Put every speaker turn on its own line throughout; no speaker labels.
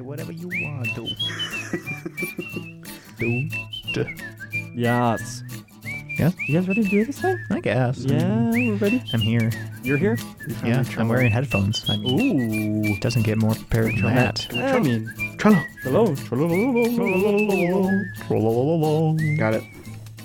whatever you want to. do. do.
Yes.
Yeah?
You guys ready to do this thing?
I guess.
Yeah, we're ready.
I'm here.
You're here?
Yeah, I'm wearing headphones. I mean,
Ooh.
it doesn't get more prepared than that.
I mean,
Trello.
hello.
Got it.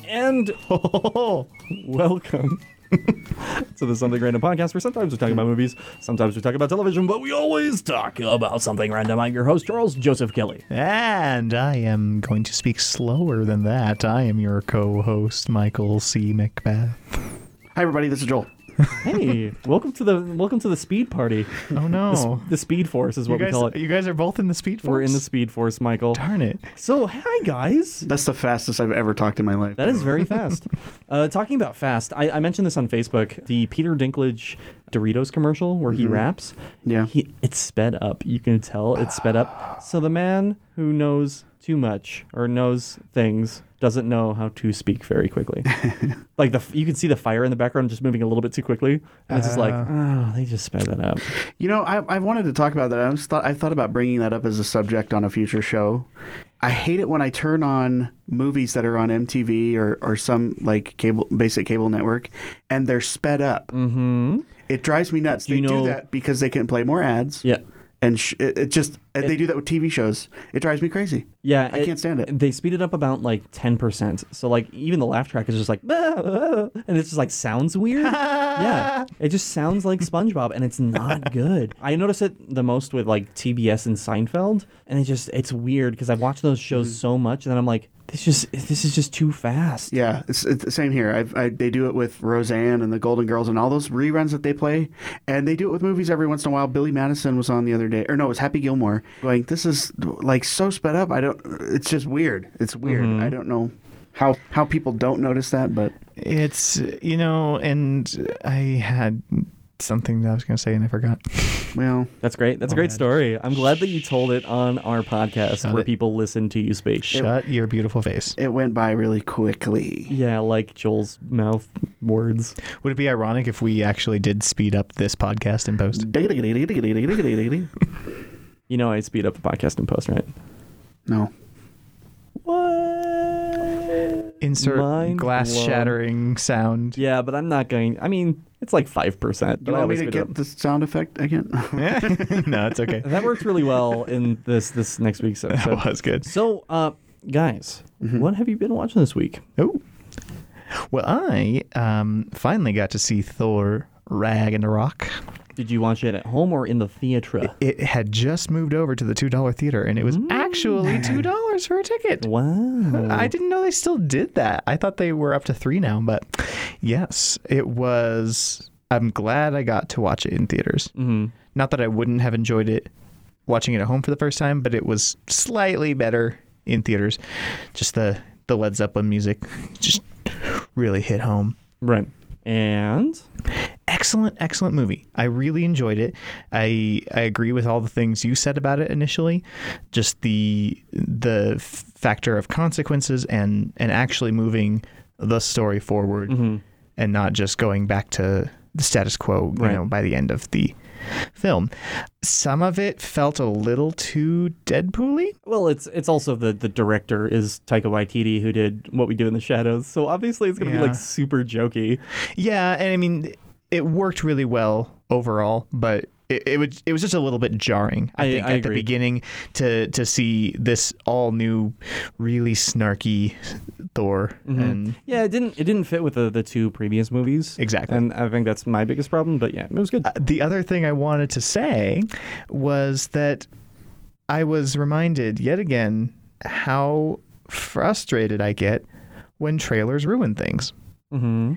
And welcome to the Something Random podcast, where sometimes we talk about movies, sometimes we talk about television, but we always talk about something random. I'm your host, Charles Joseph Kelly.
And I am going to speak slower than that. I am your co host, Michael C. Macbeth.
Hi, everybody. This is Joel.
Hey, welcome to the welcome to the speed party.
Oh no.
The Speed Force is
You
what we
guys,
call it.
you guys are both in the speed force.
We're in the Speed Force, Michael.
Darn it.
So, hi guys.
That's the fastest I've ever talked in my life.
That is very fast. uh, talking about fast, I, I mentioned this on Facebook. The Peter Dinklage Doritos commercial where he raps.
Yeah.
he, it's sped up. You can tell it's sped up. So the man who knows too much or knows things doesn't know how to speak very quickly. like the f- you can see the fire in the background just moving a little bit too quickly, and it's just like oh, they just sped that up.
You know, I, I wanted to talk about that. I was thought I thought about bringing that up as a subject on a future show. I hate it when I turn on movies that are on MTV or, or some like cable basic cable network, and they're sped up. Mm-hmm. It drives me nuts.
Do Mm. you
they
know-
do that because they can play more ads.
Yeah.
and sh- it, it just and they do that with TV shows. It drives me crazy.
Yeah,
I can't stand it.
They speed it up about like ten percent. So like even the laugh track is just like, and it's just like sounds weird. yeah, it just sounds like SpongeBob, and it's not good. I notice it the most with like TBS and Seinfeld, and it just it's weird because I've watched those
Mm-hmm.
shows so much, and then I'm like, this just this is just too fast.
Yeah, it's, it's the same here. I've, I, they do it with Roseanne and the Golden Girls and all those reruns that they play, and they do it with movies every once in a while. Billy Madison was on the other day, or no, it was Happy Gilmore. Going, this is like so sped up. I don't. It's just weird. It's weird.
Mm-hmm.
I don't know how how people don't notice that, but
It's, you know, and I had something that I was going to say and I forgot.
well,
That's great. That's a great story. I'm glad that you told it on our podcast where
it.
people listen to you speak.
Shut your beautiful face.
it went by really quickly.
yeah, like Joel's mouth words.
Would it be ironic if we actually did speed up this podcast in post?
You know, I speed up the podcast in post, right?
No,
What?
Insert
Mind
glass
blown.
shattering sound.
Yeah, but I'm not going. I mean, it's like five percent.
you want me to get the sound effect again?
no, it's okay.
that worked really well in this this next week's episode.
That was good.
So, uh, guys,
Mm-hmm.
what have you been watching this week?
Oh. Well, I um, finally got to see Thor Rag and the Rock.
Did you watch it at home or in the theater?
It had just moved over to the $2 theater, and it was
Mm.
actually $2 for a ticket.
Wow.
I didn't know they still did that. I thought they were up to three now, but yes, it was. I'm glad I got to watch it in theaters. Mm-hmm. Not that I wouldn't have enjoyed it watching it at home for the first time, but it was slightly better in theaters. Just the the Led Zeppelin music just really hit home.
Right. And
Excellent, excellent movie. I really enjoyed it. I I agree with all the things you said about it initially. Just the the f- factor of consequences and and actually moving the story forward and not just going back to the status quo. You
Right.
know, by the end of the film, some of it felt a little too Deadpool-y.
well, it's it's also the the director is Taika Waititi who did What We Do in the Shadows. So obviously it's gonna be
Yeah.
like super jokey.
Yeah, and I mean, it worked really well overall, but it, it was it was just a little bit jarring. I,
I-
think
I
at
agree.
the beginning to to see this all new, really snarky Thor,
Mm-hmm.
and
Yeah, it didn't it didn't fit with the, the two previous movies.
Exactly.
And I think that's my biggest problem, but yeah, it was good.
the other thing I wanted to say was that I was reminded yet again how frustrated I get when trailers ruin things.
mm-hmm.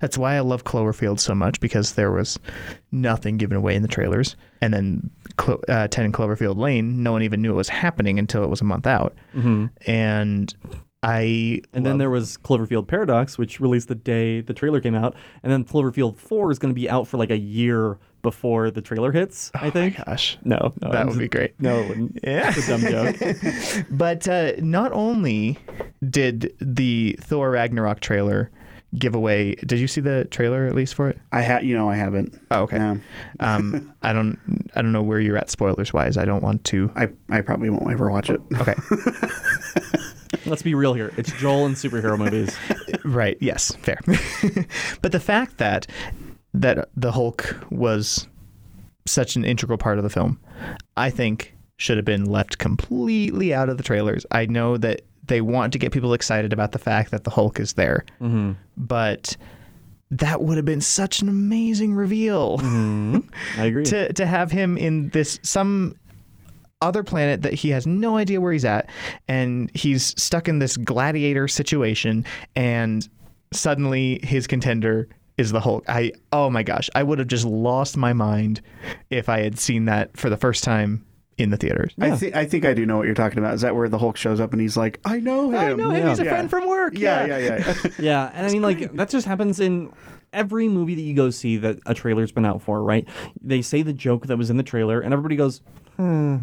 That's why I love Cloverfield so much because there was nothing given away in the trailers. And then Clo- uh, 10 Cloverfield Lane, no one even knew it was happening until it was a month out. And I.
And then there was Cloverfield Paradox, which released the day the trailer came out, and then Cloverfield Four is going to be out for like a year before the trailer hits. I think.
Gosh.
No, no,
That
I'm
would
just-
be great.
No, it wouldn't.
Yeah.
It's a dumb joke.
But uh, not only did the Thor Ragnarok trailer giveaway. Did you see the trailer at least for it?
I ha- you know I haven't.
Oh, okay.
No.
Um, I don't I don't know where you're at spoilers wise. I don't want to.
I, I probably won't ever watch it.
Okay.
Let's be real here. It's Joel in superhero movies.
right. Yes. Fair. but the fact that that the Hulk was such an integral part of the film, I think should have been left completely out of the trailers. I know that they want to get people excited about the fact that the Hulk is there, but that would have been such an amazing reveal.
I agree.
to to have him in this some other planet that he has no idea where he's at and he's stuck in this gladiator situation and suddenly his contender is the Hulk. I oh my gosh, I would have just lost my mind if I had seen that for the first time in the theaters.
I think I think I do know what you're talking about. Is that where the Hulk shows up and he's like, I know him.
I know him, he's a
Yeah.
friend from work.
Yeah, yeah, yeah.
Yeah, and I mean, like that just happens in every movie that you go see that a trailer's been out for, right? They say the joke that was in the trailer, and everybody goes
Yeah.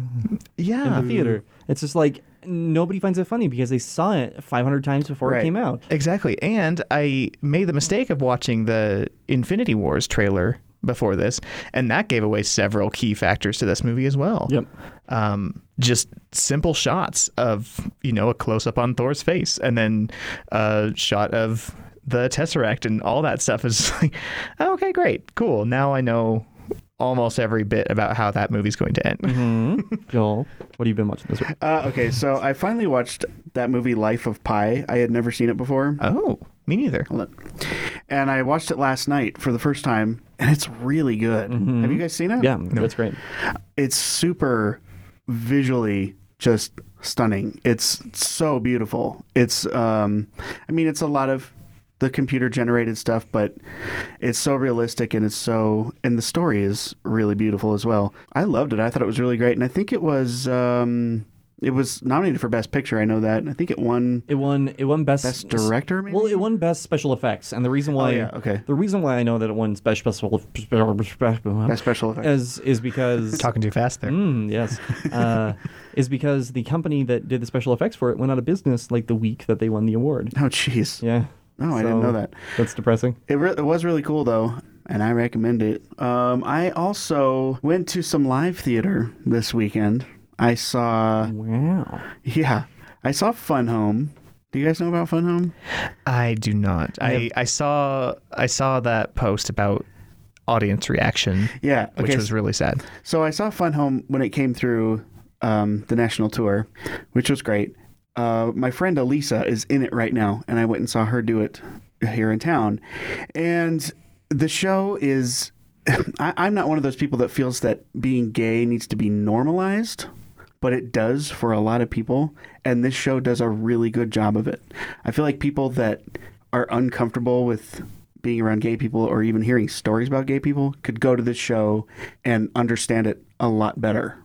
the theater. It's just like nobody finds it funny because they saw it 500 times before
Right.
it came out.
Exactly. And I made the mistake of watching the Infinity Wars trailer before this, and that gave away several key factors to this movie as well.
Yep.
Um, just simple shots of, you know, a close up on Thor's face and then a shot of the Tesseract and all that stuff is like, "Oh, okay, great, cool. Now I know almost every bit about how that movie's going to end.
Joel, what have you been watching this week?
Uh, okay, so I finally watched that movie Life of Pi. I had never seen it before. Uh,
Oh, me neither.
And I watched it last night for the first time, and it's really good.
Mm-hmm.
Have you guys seen it?
Yeah, that's great.
It's super visually just stunning. It's so beautiful. It's um I mean it's a lot of the computer generated stuff, but it's so realistic and it's so and the story is really beautiful as well. I loved it. I thought it was really great and I think it was um it was nominated for best picture. I know that. I think it won
It won. It won best,
best director maybe.
Well, it won best special effects, and the reason why.
yeah, okay.
The reason why I know that it won best special
best special effects.
is is because
Talking too fast there.
Mm, yes, uh, is because the company that did the special effects for it went out of business like the week that they won the award.
Oh, jeez.
Yeah.
No, Oh, I didn't know that.
That's depressing.
It, re- it was really cool though, and I recommend it. Um, I also went to some live theater this weekend. I saw,
Wow.
yeah, I saw Fun Home. Do you guys know about Fun Home?
I do not. I, I saw I saw that post about audience reaction,
Yeah.
which
okay,
was really sad.
So I saw Fun Home when it came through um, the national tour, which was great. Uh, my friend Elisa is in it right now, and I went and saw her do it here in town. And the show is. I, I'm not one of those people that feels that being gay needs to be normalized, but it does for a lot of people. And this show does a really good job of it. I feel like people that are uncomfortable with being around gay people or even hearing stories about gay people could go to this show and understand it a lot better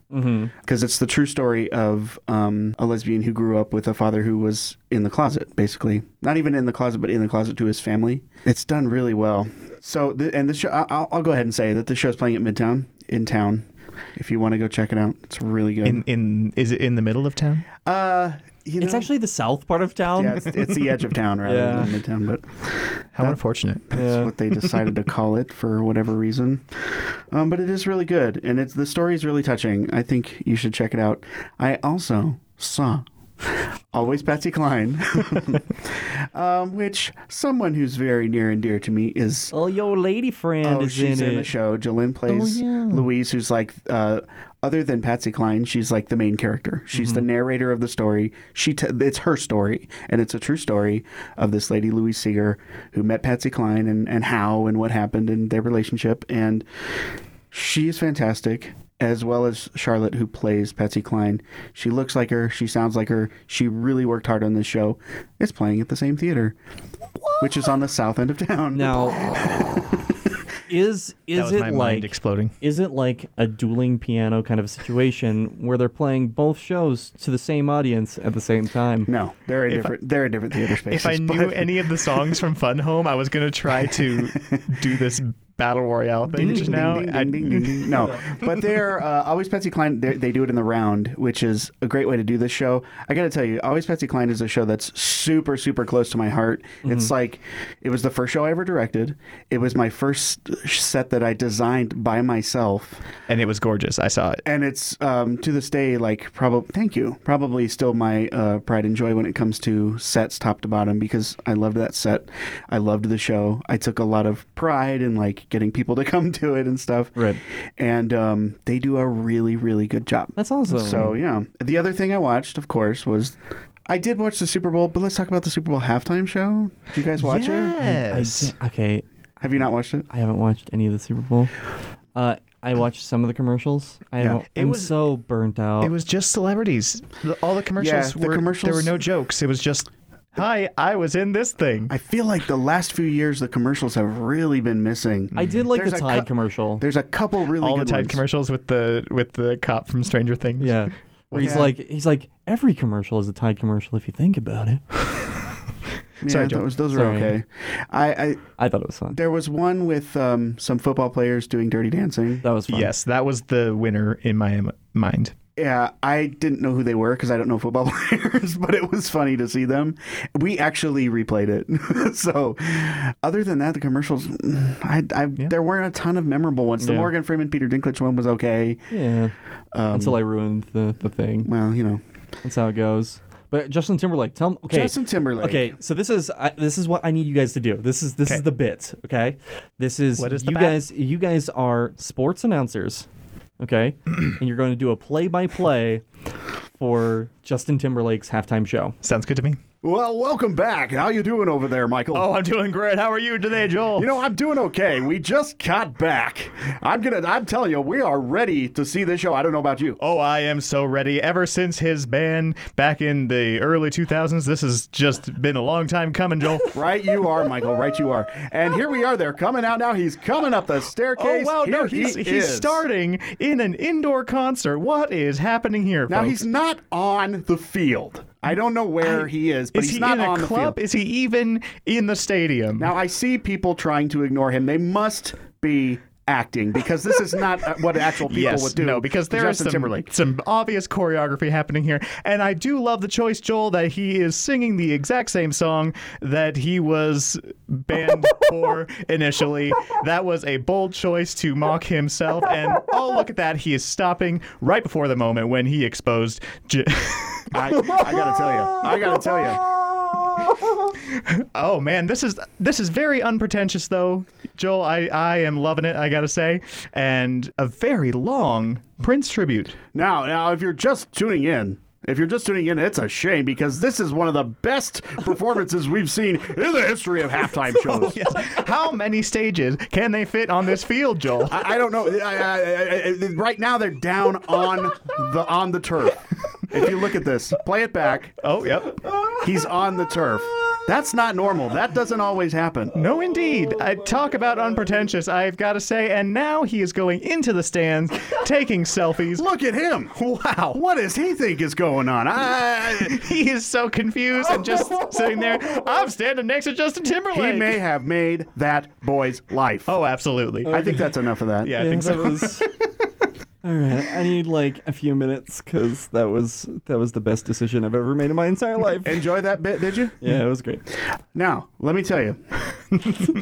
because it's the true story of um, a lesbian who grew up with a father who was in the closet basically not even in the closet but in the closet to his family it's done really well so the, and the show I- I'll, I'll go ahead and say that the show's playing at midtown in town if you want to go check it out it's really good
In in is it in the middle of town?
uh you know,
It's actually the south part of town.
yeah, it's, it's the edge of town rather
Yeah.
than midtown but
How unfortunate.
That's
Yeah.
what they decided to call it for whatever reason. Um, but it is really good, and it's the story is really touching. I think you should check it out. I also saw Always Patsy Cline, um, which someone who's very near and dear to me is.
Oh, yo, lady friend
Oh,
is
she's
in, it.
in,
Oh,
the show. Jalen plays Louise, who's like, uh, other than Patsy Cline, she's like the main character. She's
Mm-hmm.
the narrator of the story. She t- it's her story, and it's a true story of this lady Louise Seeger who met Patsy Cline and and how and what happened in their relationship. And she is fantastic. As well as Charlotte, who plays Patsy Cline. She looks like her. She sounds like her. She really worked hard on this show. It's playing at the same theater, which is on the south end of town.
Now, is
That
is
was
it
my
like
mind exploding.
is it like a dueling piano kind of a situation where they're playing both shows to the same audience at the same time?
No, they're a different. they're a different theater
If
space.
I knew any of the songs from Fun Home, I was gonna try to do this battle royale thing just now. I-
ding, ding, ding, ding. No, but they're uh, always Patsy Cline. they they do it in the round, which is a great way to do this show. I got to tell you, always Patsy Cline is a show that's super, super close to my heart. It's like it was the first show I ever directed. It was my first set that I designed by myself,
and it was gorgeous. I saw it.
and it's um, to this day like probably thank you, probably still my uh, pride and joy when it comes to sets top to bottom because I loved that set. I loved the show. I took a lot of pride in like getting people to come to it and stuff
Right.
and um, they do a really really good job.
That's awesome.
So yeah, the other thing I watched, of course, was I did watch the Super Bowl, but let's talk about the Super Bowl halftime show. Did you guys watch it?
I
Yes.
di- okay,
Have you not watched it?
I haven't watched any of the Super Bowl. Uh, I watched some of the commercials. I
Yeah.
don't,
It
I'm
was-
so burnt out.
It was just celebrities. The- All the commercials
the
were there were
commercials-
no jokes. It was just hi, I was in this thing.
I feel like the last few years the commercials have really been missing.
I did like
There's
the
a
Tide
cou-
commercial.
There's a couple really
All the
good
Tide
ones.
commercials with the with the cop from Stranger Things.
Yeah. Where he's
Yeah.
like, he's like, every commercial is a Tide commercial if you think about it.
Yeah,
Sorry, Joe.
those, those are
Sorry.
okay. I, I
I thought it was fun.
there was one with um, some football players doing dirty dancing.
That was fun.
Yes, that was the winner in my m- mind.
Yeah, I didn't know who they were because I don't know football players, but it was funny to see them. We actually replayed it. so, other than that, the commercials, I, I, there weren't a ton of memorable ones. The
Yeah.
Morgan Freeman, Peter Dinklage one was okay.
Yeah.
Um,
Until I ruined the, the thing.
well, you know,
That's how it goes. But Justin Timberlake, tell him. Okay.
Justin Timberlake.
Okay, so this is I, this is what I need you guys to do. This is this
Okay.
is the bit. Okay, this is,
What is the
you
bat?
guys. You guys are sports announcers. Okay, and you're going to do a play by play for Justin Timberlake's halftime show.
Sounds good to me.
Well, welcome back. How you doing over there, Michael?
Oh.
I'm doing great. How are you today, Joel?
You know, I'm doing okay. We just got back. I'm gonna. I'm telling you, we are ready to see this show. I don't know about you.
Oh, I am so ready. Ever since his ban back in the early 2000s, this has just been a long time coming, Joel.
Right you are, Michael. Right you are. And here we are. They're coming out now. He's coming up the
oh,
staircase.
wow. No,
Here
he's,
he
he's
is.
starting in an indoor concert. What is happening here,
Now
folks?
he's not on the field. I don't know where he is, but
is
he's
he
not
in
on
a
the
club?
field.
Is he even in the stadium?
Now I see people trying to ignore him. They must be acting because this is not uh, what actual people
yes,
would do.
no, because
to
there is
Justin
some,
Timberlake.
some obvious choreography happening here. And I do love the choice, Joel, that he is singing the exact same song that he was banned for initially. That was a bold choice to mock himself. And oh, look at that. He is stopping right before the moment when he exposed. J-
I, I gotta tell you, I gotta tell you.
oh, man, this is this is very unpretentious, though. Joel, I, I am loving it, I gotta say. And a very long Prince tribute.
Now, now, if you're just tuning in. If you're just tuning in, it's a shame because this is one of the best performances we've seen in the history of halftime shows.
Yes. How many stages can they fit on this field, Joel?
I, I don't know. I, I, I, I- right now, they're down on the on the turf. If you look at this, play it back.
Oh, yep.
He's on the turf. That's not normal. That doesn't always happen.
No, indeed. I talk about unpretentious, I've got to say. And now he is going into the stands, taking selfies.
Look at him. Wow. What does he think is going on? I,
He is so confused and just sitting there. I'm standing next to Justin
he
Timberlake.
may have made that boy's life.
Oh, absolutely.
I think that's enough of that.
yeah, I think so.
was. All right, I need like a few minutes because that was that was the best decision I've ever made in my entire life.
Enjoy that bit, did you?
yeah, it was great.
Now, let me tell you.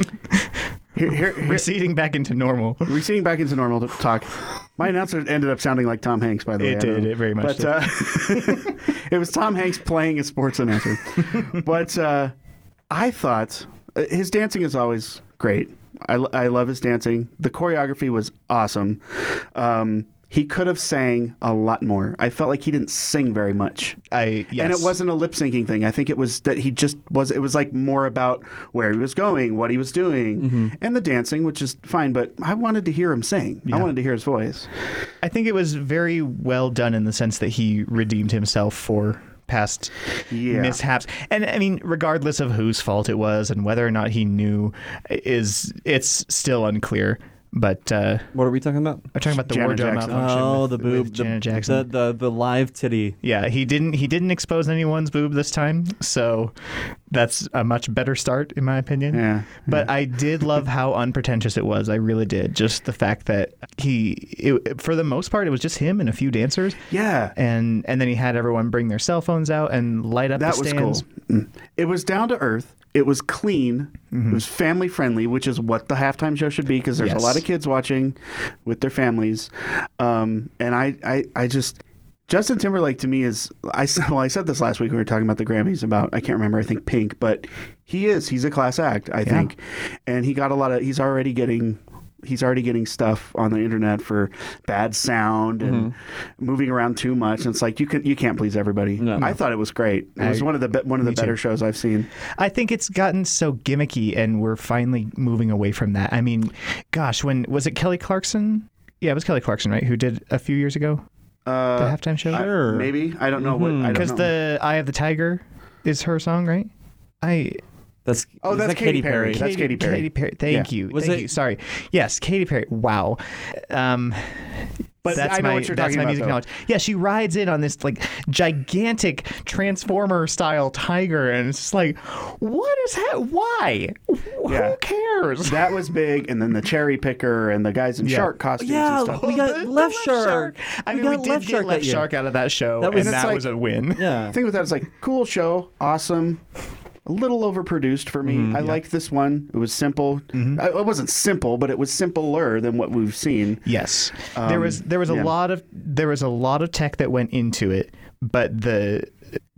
here, here, here,
Receding back into normal.
We're receding back into normal talk. My announcer ended up sounding like Tom Hanks, by the way.
It
I don't
did.
know.
It very much
But
did.
uh, it was Tom Hanks playing a sports announcer. but uh, I thought uh, his dancing is always great. I, I love his dancing. The choreography was awesome. Um, he could have sang a lot more. I felt like he didn't sing very much.
I yes.
And it wasn't a lip syncing thing. I think it was that he just was. It was like more about where he was going, what he was doing,
Mm-hmm.
and the dancing, which is fine. But I wanted to hear him sing. I wanted to hear his voice.
I think it was very well done in the sense that he redeemed himself for past
Yeah.
mishaps. And I mean, regardless of whose fault it was and whether or not he knew, is it's still unclear. But uh,
What are we talking about?
I'm talking about the
Janet
wardrobe
Jackson.
malfunction.
Oh,
with-
the
with
boob, the,
Janet Jackson.
the the the live titty.
yeah, he didn't. He didn't expose anyone's boob this time, so that's a much better start, in my opinion.
Yeah.
But I did love how unpretentious it was. I really did. Just the fact that he, it, for the most part, it was just him and a few dancers.
Yeah.
And and then he had everyone bring their cell phones out and light up
That
the
was
stands.
cool. Mm. It was down to earth. It was clean. It was family friendly, which is what the halftime show should be because there's
Mm-hmm. Yes.
a lot of kids watching with their families. Um, and I, I, I just. Justin Timberlake to me is I s- well I said this last week when we were talking about the Grammys about I can't remember I think Pink but he is he's a class act I think and he got a lot of he's already getting he's already getting stuff on the internet for bad sound and
Mm-hmm.
moving around too much and it's like you can you can't please everybody
No.
I thought it was great it was
I-
one of the be- one of the
Me too.
better shows I've seen.
I think it's gotten so gimmicky, and we're finally moving away from that. I mean, gosh, when was it Kelly Clarkson? Yeah, it was Kelly Clarkson, right? Who did a few years ago the
Uh,
halftime show?
Sure.
Maybe I don't know what I don't
Because
know.
Mm-hmm. the Eye of the Tiger is her song, right? I
That's
Oh,
is
that's
that
Katy Perry. That's- Katy Perry.
Katy Perry. Thank
Yeah.
you.
Was
Thank
it-
you. Sorry. Yes, Katy Perry. Wow. Um,
But
that's
I know
my,
what you're
that's
talking
my
about,
music
though.
knowledge. Yeah, she rides in on this like gigantic transformer style tiger, and it's just like, what is that? Why?
Yeah.
Who cares?
that was big, and then the cherry picker and the guys in
Yeah.
shark costumes
Yeah,
and stuff.
we got Left Shark.
I
We
mean, we
got
did
Left
get
Shark
Left
that year.
Shark out of that show,
That was-
and
And it's
that
like-
was a win.
Yeah.
The thing with that is like cool show, awesome, a little overproduced for me.
Mm-hmm.
I liked this one. It was simple. I, it wasn't simple, but it was simpler than what we've seen.
Yes, there was there was a
Um, yeah.
lot of there was a lot of tech that went into it, but the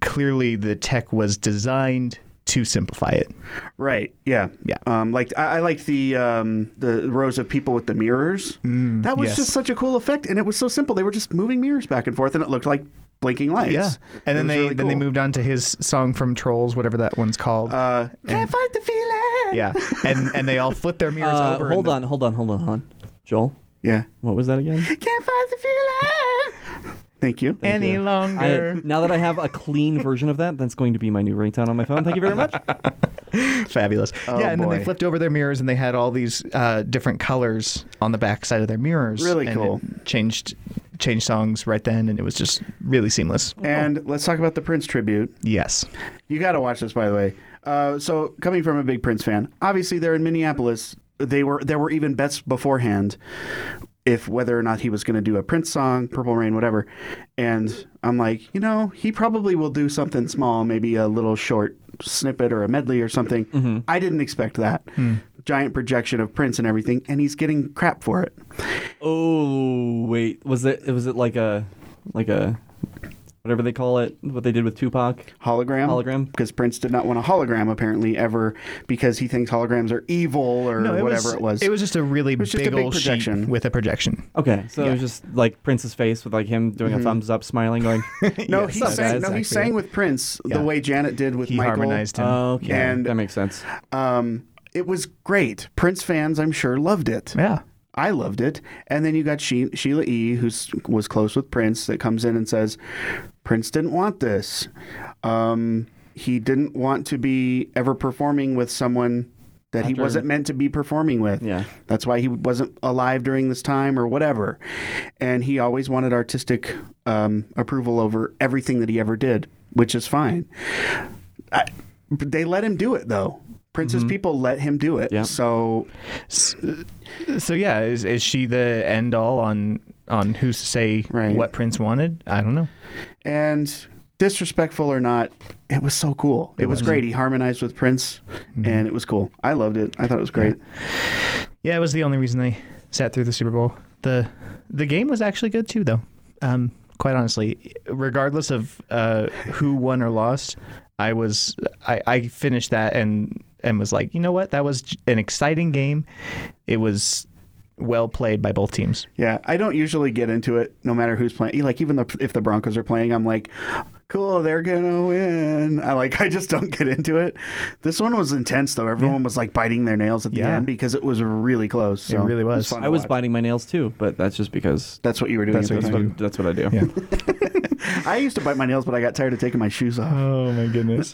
clearly the tech was designed to simplify it.
Right. Yeah.
Yeah.
Um, like I, I like the um, the rows of people with the mirrors. that was
Mm, yes.
just such a cool effect, and it was so simple. They were just moving mirrors back and forth, and it looked like blinking
and
lights. It
then
was
they
really
then they
cool.
moved on to his song from Trolls, whatever that one's called.
Uh, Can't fight the feeling.
yeah, and and they all flipped their mirrors
Uh,
over. and
hold
the-
on, hold on, hold on, hold on. Joel,
Yeah.
what was that again?
Can't fight the feeling. Thank you.
any
Yeah. I,
longer.
now that I have a clean version of that, that's going to be my new ringtone on my phone. Thank you very much.
Fabulous. yeah, and then
Oh, boy.
they flipped over their mirrors and they had all these uh, different colors on the back side of their mirrors.
Really
and it
cool.
changed changed songs right then, and it was just really seamless.
And let's talk about the Prince tribute.
Yes.
You got to watch this, by the way. Uh, so, coming from a big Prince fan, obviously they're in Minneapolis. They were there were even bets beforehand if whether or not he was going to do a Prince song, Purple Rain, whatever. And I'm like, you know, he probably will do something small, maybe a little short snippet or a medley or something. I didn't expect that. Giant projection of Prince and everything, and he's getting crap for it.
Oh wait, was it was it like a like a whatever they call it? What they did with Tupac?
Hologram,
Hologram.
because Prince did not want a hologram apparently ever because he thinks holograms are evil or whatever it was.
It was just a really
was just
big
a big
old
projection.
sheet with a projection.
Okay, so it was just like Prince's face with like him doing a thumbs up, smiling, going,
No,
Yes,
he
that
sang.
is
No, he
accurate.
sang with Prince
Yeah.
the way Janet did with
He
Michael.
harmonized him.
"Okay,
And-
that makes sense."
Um, it was great. Prince fans, I'm sure, loved it.
yeah.
I loved it. And then you got she- Sheila E., who was close with Prince, that comes in and says, Prince didn't want this. Um, he didn't want to be ever performing with someone that he
After-
wasn't meant to be performing with.
Yeah.
That's why he wasn't alive during this time or whatever. And he always wanted artistic um, approval over everything that he ever did, which is fine. I, they let him do it, though. Prince's people let him do it.
Yeah.
So
So yeah, is is she the end all on on who's to say
Right.
what Prince wanted? I don't know.
and disrespectful or not, it was so cool. It, was, Mm-hmm. great. He harmonized with Prince, and it was cool. I loved it. I thought it was great.
Yeah, it was the only reason they sat through the Super Bowl. the The game was actually good too, though. Um, quite honestly, regardless of uh, who won or lost, I was I, I finished that and and was like, you know what, that was j- an exciting game. It was well played by both teams.
Yeah, I don't usually get into it, no matter who's playing. Like even the, if the Broncos are playing, I'm like, cool, they're gonna win. I like I just don't get into it. This one was intense though. Everyone was like biting their nails at the
Yeah.
end because it was really close. So
It really was.
fun to
I was
watch.
biting my nails too, but that's just because
That's what you were doing.
That's what
at the
you
time.
do.
that's what I do.
Yeah.
I used to bite my nails, but I got tired of taking my shoes off.
Oh my goodness.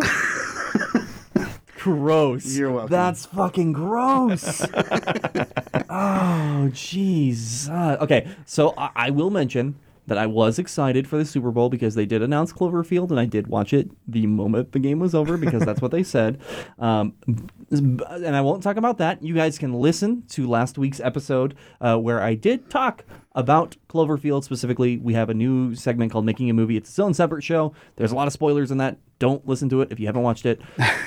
Gross.
You're welcome.
That's fucking gross. oh, jeez. Uh, okay, so I, I will mention that I was excited for the Super Bowl because they did announce Cloverfield, and I did watch it the moment the game was over because that's what they said. Um, b- and I won't talk about that. You guys can listen to last week's episode uh, where I did talk about Cloverfield specifically. We have a new segment called Making a Movie. It's its own separate show. There's a lot of spoilers in that. Don't listen to it if you haven't watched it.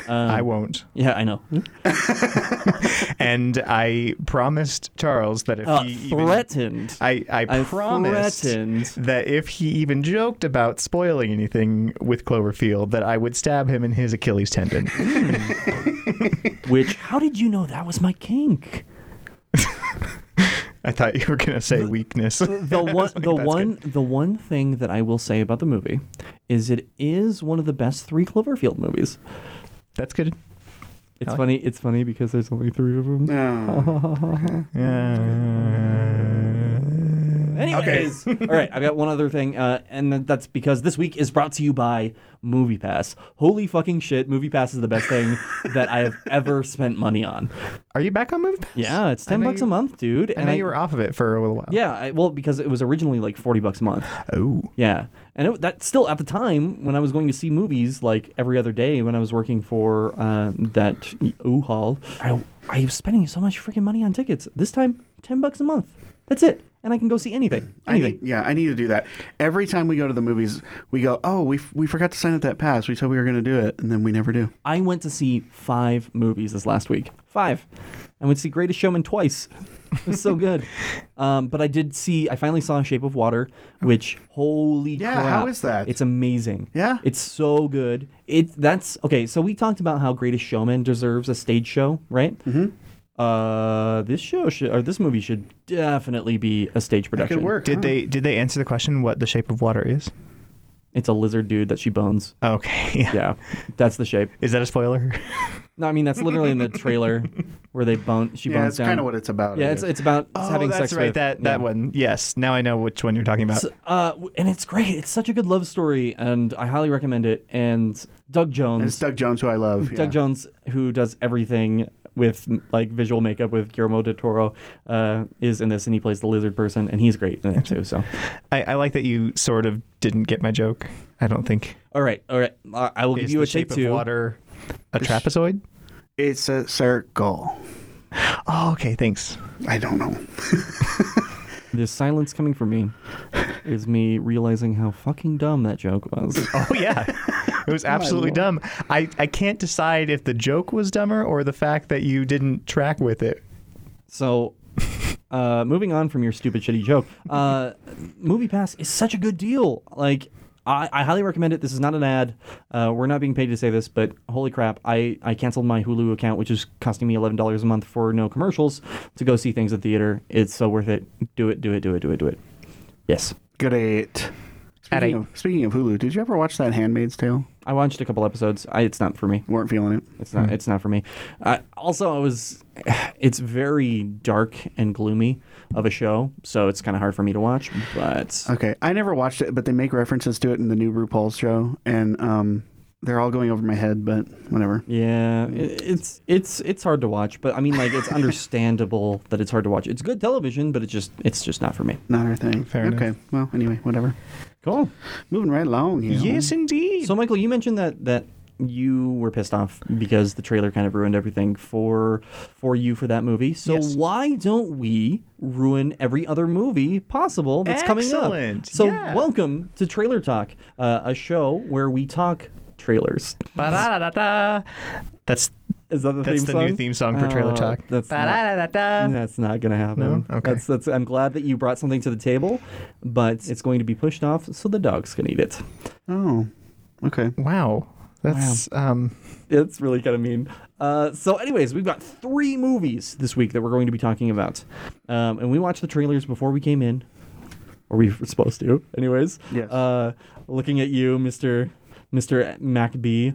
Um,
I won't.
yeah, I know.
Hmm? And I promised Charles that if
Uh,
he even-
threatened.
I, I,
I
promised
threatened.
that if he even joked about spoiling anything with Cloverfield, that I would stab him in his Achilles tendon.
Which, how did you know that was my kink?
I thought you were gonna say weakness.
The one, the
that's
one, the one thing that I will say about the movie is it is one of the best three Cloverfield movies.
That's good.
It's
Really?
funny. It's funny because there's only three of them.
Oh.
Mm-hmm.
Anyways, all right. I've got one other thing, uh, and th- that's because this week is brought to you by Movie Pass. Holy fucking shit! Movie Pass is the best thing that I have ever spent money on.
Are you back on Move Pass?
Yeah, it's
I
ten
know
bucks
you-
a month, dude.
I know you were off of it for a little while.
Yeah, I, well, because it was originally like forty bucks a month.
Oh.
Yeah, and it, that still at the time when I was going to see movies like every other day when I was working for uh, that U haul, I, I was spending so much freaking money on tickets. This time, ten bucks a month. That's it, and I can go see anything.
I
Anything.
need, yeah, I need to do that. Every time we go to the movies, we go, oh, we, f- we forgot to sign up that pass. We said we were going to do it, and then we never do.
I went to see five movies this last week. Five. I went to see Greatest Showman twice. It was so good. Um, but I did see, I finally saw Shape of Water, which, holy
Yeah,
crap.
how is that?
It's amazing.
Yeah?
It's so good. It That's, okay, so we talked about how Greatest Showman deserves a stage show, right? Mm-hmm. Uh, this show should, or this movie should definitely be a stage production.
Did they did they answer the question what the shape of water is?
It's a lizard dude that she bones.
Okay. Yeah.
Yeah, that's the shape.
Is that a spoiler?
No, I mean that's literally in the trailer where they bone. She
Yeah,
bones
that's
down.
kind of what it's about.
Yeah,
I
it's
guess.
it's about having
Oh, that's
sex
right.
with
that that
yeah.
one. Yes. Now I know which one you're talking about.
So, uh, w- and it's great. It's such a good love story, and I highly recommend it. And Doug Jones,
And it's Doug Jones, who I love.
Doug
yeah.
Jones, who does everything with m- like visual makeup with Guillermo del Toro, uh, is in this, and he plays the lizard person, and he's great in it too. So,
I, I like that you sort of didn't get my joke. I don't think.
all right, all right, I I will give
Is
you
the
a take
shape
two.
of water a trapezoid?
It's a circle.
Oh, okay. Thanks.
I don't know.
The silence coming from me is me realizing how fucking dumb that joke was.
Oh yeah, it
Oh,
was absolutely dumb. I, I can't decide if the joke was dumber or the fact that you didn't track with it.
So, uh, moving on from your stupid, shitty joke, uh, Movie Pass is such a good deal. Like, I, I highly recommend it. This is not an ad. Uh, we're not being paid to say this, but holy crap, I, I canceled my Hulu account, which is costing me $11 a month for no commercials, to go see things at theater. It's so worth it. Do it, do it, do it, do it, do it. Yes.
Great.
At
Speaking
eight.
of, speaking of Hulu, did you ever watch that Handmaid's Tale?
I watched a couple episodes. I, it's not for me.
Weren't feeling it.
It's not. It's not for me. Uh, also, I was. It's very dark and gloomy of a show, so it's kind of hard for me to watch. But
Okay, I never watched it, but they make references to it in the new RuPaul's show, and um, they're all going over my head. But whatever.
Yeah,
Mm.
it, it's it's it's hard to watch, but I mean, like, it's understandable that it's hard to watch. It's good television, but it's just it's just not for me.
Not our thing.
Fair enough.
okay. Well, anyway, whatever.
Cool.
Moving right along. You know.
Yes, indeed.
So, Michael, you mentioned that that you were pissed off because the trailer kind of ruined everything for for you for that movie. So,
Yes.
why don't we ruin every other movie possible that's coming up?
Excellent,
So,
yeah.
welcome to Trailer Talk, uh, a show where we talk trailers.
Ba-da-da-da-da. That's
Is that the
That's
theme
the
song?
new theme song for Trailer
Oh,
Talk.
That's not-
Ba-da-da-da-da.
That's not gonna happen.
No? Okay.
That's that's. I'm glad that you brought something to the table, but it's going to be pushed off so the dogs can eat it.
Oh. Okay.
Wow. That's um
It's really kind of mean. Uh, so, anyways, we've got three movies this week that we're going to be talking about, um, and we watched the trailers before we came in, or we were supposed to, anyways.
Yes.
Uh, looking at you, Mister Mister Mac B.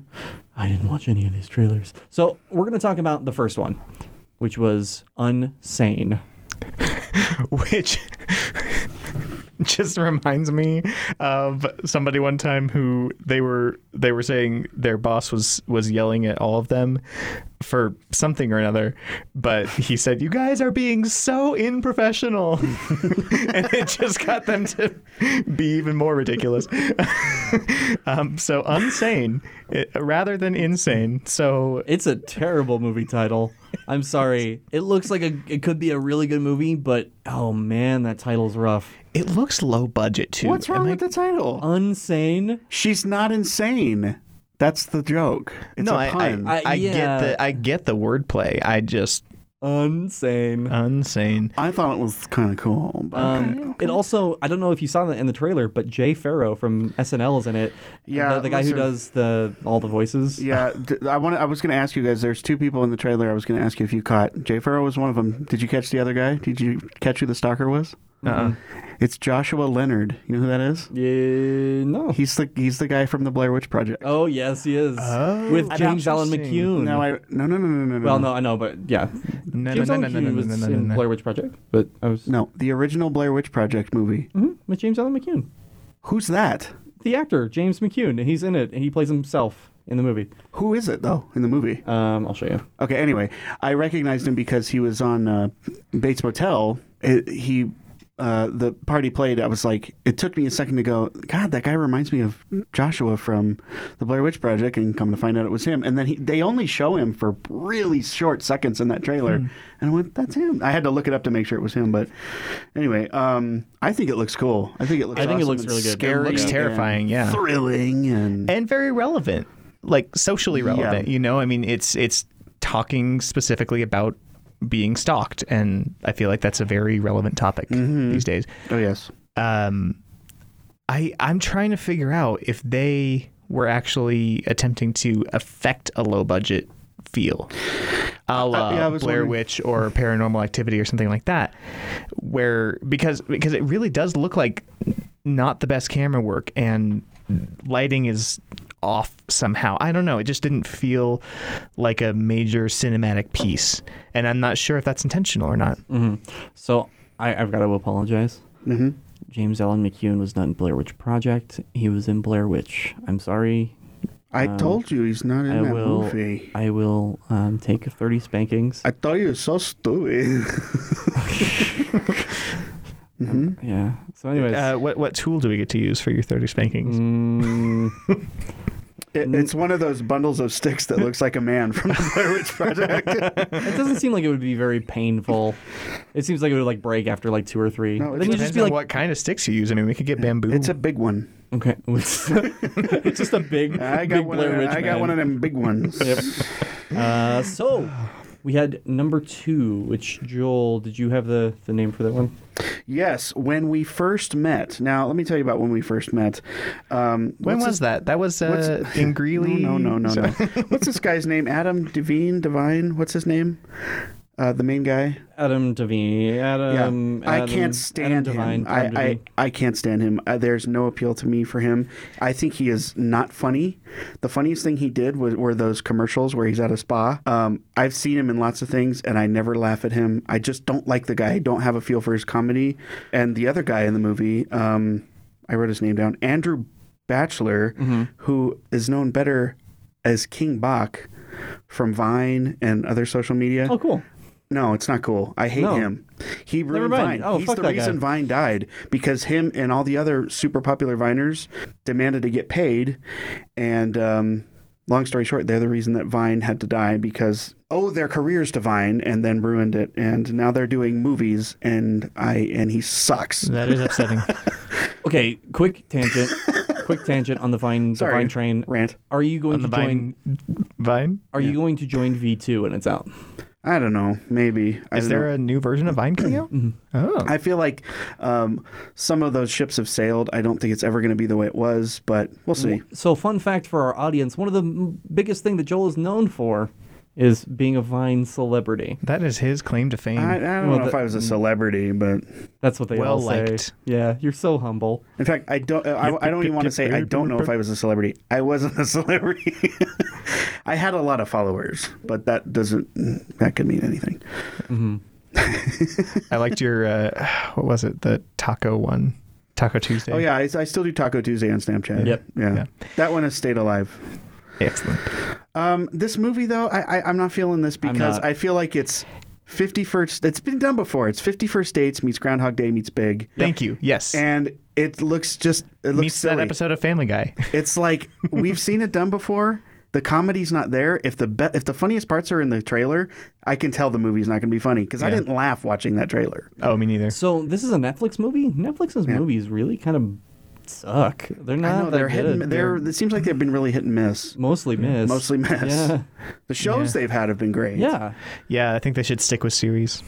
I didn't watch any of these trailers, so we're going to talk about the first one, which was Unsane.
which just reminds me of somebody one time who they were they were saying their boss was was yelling at all of them for something or another, but he said, "You guys are being so unprofessional," and it just got them to be even more ridiculous. um, so unsane, it, rather than insane. So
It's a terrible movie title. I'm sorry. It looks like a, it could be a really good movie, but oh man, that title's rough.
it looks low budget too.
What's wrong
Am I-
with the title?
Unsane.
She's not insane. That's the joke. It's
no,
a
I,
pun. Uh,
I, I
yeah.
get the I get the wordplay. I just
Unsane.
unsane.
I thought it was kind of cool. But
Um, it also, I don't know if you saw that in the trailer, but Jay Farrow from SNL is in it.
Yeah,
the, the guy
listen.
who does the all the voices.
yeah, th- I want. I was going to ask you guys. There's two people in the trailer. I was going to ask you if you caught. Jay Farrow was one of them. Did you catch the other guy? Did you catch who the stalker was?
Uh-uh.
It's Joshua Leonard. You know who that is?
Yeah, no.
He's the he's the guy from the Blair Witch Project.
Oh yes, he is
Oh.
with
That's
James Allen
interesting.
McCune.
No, I no no no no no.
well, no, I know, but yeah,
No,
James
no, no,
Allen
no,
McCune
no, no,
was
no, no,
in
no.
Blair Witch Project, but I was
no. The original Blair Witch Project movie.
Mm-hmm.
Mhm, with James Allen McCune,
Who's that?
the actor James McCune. He's in it, and he plays himself in the movie.
Who is it though in the movie?
Um, I'll show you.
Okay, anyway, I recognized him because he was on uh, Bates Motel. It, he, uh, the party played. I was like, it took me a second to go. God, that guy reminds me of Joshua from the Blair Witch Project, and come to find out it was him. And then he, they only show him for really short seconds in that trailer, and I went, "That's him." I had to look it up to make sure it was him. But anyway, um, I think it looks cool. I think it looks.
I think it
awesome
looks
and
really good. It
Scary,
looks
and
terrifying, yeah.
thrilling, and
and very relevant, like socially relevant. You know, I mean, it's it's talking specifically about being stalked, and I feel like that's a very relevant topic
Mm-hmm.
these days.
oh yes,
Um, I I'm trying to figure out if they were actually attempting to affect a low budget feel, a la
yeah, I was
Blair
wondering.
Witch or Paranormal Activity or something like that, where because because it really does look like not the best camera work and lighting is off somehow. I don't know. It just didn't feel like a major cinematic piece, and I'm not sure if that's intentional or not.
So I, I've got to apologize. Mm-hmm. James Allen McCune was not in Blair Witch Project. He was in Blair Witch. I'm sorry.
I told you he's not in
Um, I
that
will.
movie.
I will um, take 30 spankings.
I thought you were so stupid.
yeah. So, anyways,
Uh, what what tool do we get to use for your thirty spankings?
mm,
It, it's one of those bundles of sticks that looks like a man from the Blair Witch Project.
it doesn't seem like it would be very painful. It seems like it would like break after like two or three.
No, it
then you
Depends
just be
on
like,
what kind of sticks you use. I mean, we could get bamboo.
it's a big one.
okay, it's it's just a big,
I got
big
one.
Blair
of,
Witch.
I got
man.
one of them big ones.
Uh, so we had number two, which Joel, did you have the the name for that one?
Yes, when we first met. Now let me tell you about when we first met. Um,
when
what's
was that? That was uh,
what's-
in
his-
Greeley.
No, no, no, no. no. what's this guy's name? Adam Devine. Divine. What's his name? Uh, the main guy.
Adam Devine. Adam.
I
Adam-
can't stand
Adam Devine,
him.
Adam
I, I,
Devine.
I can't stand him. Uh, there's no appeal to me for him. I think he is not funny. The funniest thing he did was, were those commercials where he's at a spa. Um, I've seen him in lots of things, and I never laugh at him. I just don't like the guy. I don't have a feel for his comedy. And the other guy in the movie, um, I wrote his name down, Andrew Batchelor,
Mm-hmm.
who is known better as King Bach from Vine and other social media.
Oh, cool.
No, it's not cool. I hate
No.
him. He ruined
mind.
Vine.
Oh,
He's
fuck
the
that guy.
reason Vine died because him and all the other super popular Viners demanded to get paid. And um, long story short, they're the reason that Vine had to die because oh, their careers to Vine and then ruined it. And now they're doing movies, and I and he sucks.
That is upsetting.
Okay, quick tangent. quick tangent on the Vine the
Sorry.
Vine train.
Rant.
Are you going
the
to join?
vine, vine.
Are you going to join V two when it's out?
I don't know. Maybe. I
Is
don't
there
know.
a new version of Vine coming out? Oh,
I feel like um, some of those ships have sailed. I don't think it's ever going to be the way it was, but we'll see.
So, fun fact for our audience: one of the m- biggest thing that Joel is known for is being a Vine celebrity.
that is his claim to fame.
I, I don't
Well,
know if
the- mm.
I was a celebrity, but
That's what they all say.
Well-liked.
Yeah, you're so humble.
in fact, I don't. uh, I, I don't even want to say I don't know if I was a celebrity. I wasn't a celebrity. I had a lot of followers, but that doesn't. That could mean anything.
Mm-hmm.
I liked your uh, what was it? The taco one, Taco Tuesday.
Oh yeah, I, I still do Taco Tuesday on Snapchat.
Yep.
Yeah.
Yeah.
that one has stayed alive.
Excellent.
Um, this movie though, I, I I'm not feeling this because
not.
I feel like it's 51st. It's been done before. It's 51st dates meets Groundhog Day meets Big,
Thank you. Yes.
and it looks just it looks
Meets
silly.
that episode of Family Guy.
It's like we've seen it done before. The comedy's not there. If the be- if the funniest parts are in the trailer, I can tell the movie's not going to be funny because I
Yeah.
didn't laugh watching that trailer.
oh, me neither.
So this is a Netflix movie. Netflix's movies really kind of suck. They're not.
I know they're
that
hit.
good.
And, they're, it seems like they've been really hit and miss.
mostly miss.
Mostly miss.
Yeah.
The shows they've had have been great.
Yeah.
Yeah, I think they should stick with series.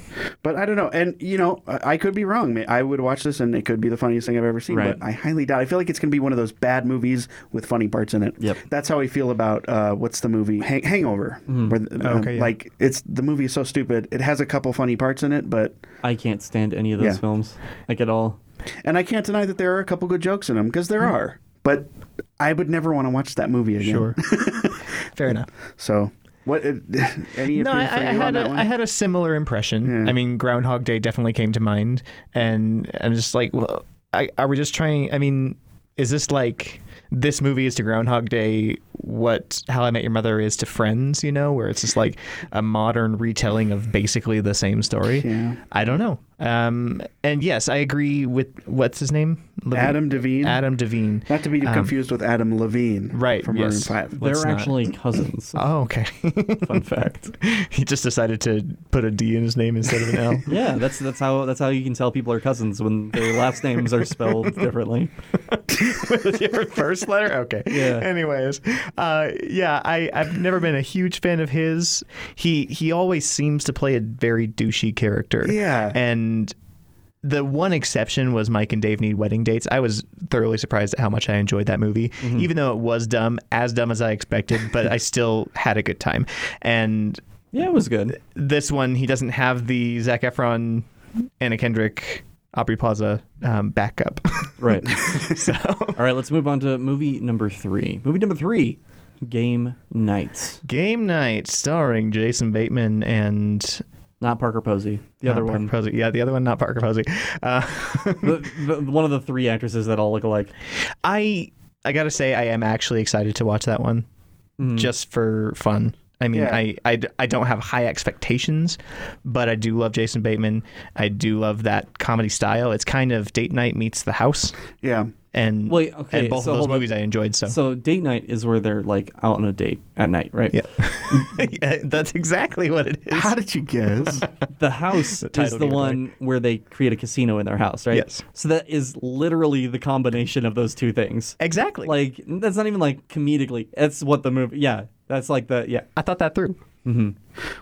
But I don't know. And, you know, I I could be wrong. I would watch this and it could be the funniest thing I've ever seen,
Right.
but I highly doubt. I feel like it's going to be one of those bad movies with funny parts in it.
Yep.
That's how I feel about uh, what's the movie? Hang- Hangover.
Mm-hmm.
Where the, um,
Okay, yeah.
Like, it's the movie is so stupid. It has a couple funny parts in it, but.
I can't stand any of those
Yeah.
films, like at all.
And I can't deny that there are a couple good jokes in them because there are. But I would never want to watch that movie again.
Mm-hmm. Sure. Fair enough.
So, what? uh, Any
No, I,
opinion for
I
you on
had
that
a,
one?
I had a similar impression.
Yeah.
I mean, Groundhog Day definitely came to mind, and I'm just like, well, I, are we just trying? I mean, is this like this movie is to Groundhog Day what How I Met Your Mother is to Friends? You know, where it's just like a modern retelling of basically the same story.
Yeah.
I don't know. Um, and yes, I agree with what's his name, Levine-
Adam Devine.
Adam Devine.
Not to be confused with Adam Levine,
right,
From
yes.
Maroon Five.
Let's
they're
not-
actually cousins.
Oh, okay.
Ah, Fun fact.
he just decided to put a D in his name instead of an L.
Yeah, that's that's how that's how you can tell people are cousins when their last names are spelled differently.
with a different first letter. Okay.
Yeah.
Anyways, uh, yeah, I I've never been a huge fan of his. He he always seems to play a very douchey character.
Yeah.
And the one exception was Mike and Dave Need Wedding Dates. I was thoroughly surprised at how much I enjoyed that movie, even though it was dumb, as dumb as I expected. But I still had a good time. And
Yeah, it was good.
this one he doesn't have the Zac Efron, Anna Kendrick, Aubrey Plaza um, backup.
Right.
so.
All right, let's move on to movie number three. Movie number three, Game Night.
Game Night, starring Jason Bateman and
Not Parker Posey. The other
not
one.
Parker Posey. Yeah, the other one, not Parker Posey. Uh,
the, the, one of the three actresses that all look alike.
I I gotta say, I am actually excited to watch that one,
Hmm.
just for fun. I mean,
Yeah.
I, I d- I don't have high expectations, but I do love Jason Bateman. I do love that comedy style. It's kind of date night meets the house,
Yeah.
and
Wait, okay,
and both
so
of those
hold on.
movies I enjoyed. So,
So date night is where they're like out on a date at night, right?
yeah. Yeah, that's exactly what it is.
How did you guess?
The house is
title
the
gave it away.
one where they create a casino in their house, right?
Yes.
So that is literally the combination of those two things.
Exactly.
Like that's not even like comedically. That's what the movie. Yeah, that's like the yeah.
I thought that through.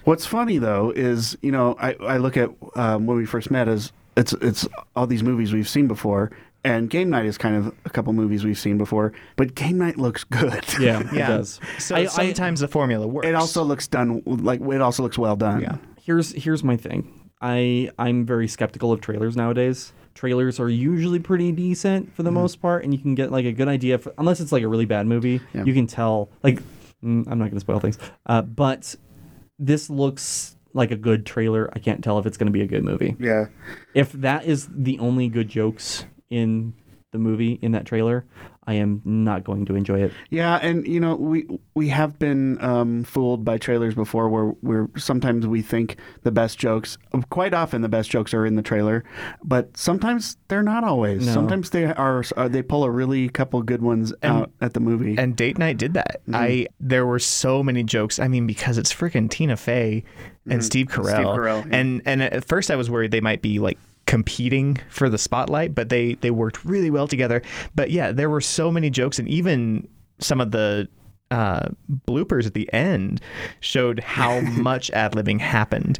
What's funny though is you know I, I look at um, when we first met as it's it's all these movies we've seen before, and Game Night is kind of a couple movies we've seen before, but Game Night looks good.
Yeah,
Yeah.
it does.
So
I- I-
sometimes the formula works.
It also looks done like it also looks well done.
Yeah.
here's here's my thing. I I'm very skeptical of trailers nowadays. Trailers are usually pretty decent
Mm-hmm.
for the most part, and you can get like a good idea for, unless it's like a really bad movie.
Yeah.
You can tell like mm, I'm not going to spoil things, uh, but this looks like a good trailer. I can't tell if it's going to be a good movie.
Yeah.
If that is the only good jokes in the movie in that trailer, I am not going to enjoy it.
Yeah, and you know we we have been um, fooled by trailers before, where where sometimes we think the best jokes, quite often the best jokes are in the trailer, but sometimes they're not always.
No.
Sometimes they are, are they pull a really couple good ones out at the movie.
And date night did that. I there were so many jokes. I mean, because it's freaking Tina Fey and Steve Carell.
Carell, yeah.
And and at first I was worried they might be like competing for the spotlight, but they they worked really well together. But yeah, there were so many jokes, and even some of the uh, bloopers at the end showed how much ad libbing happened,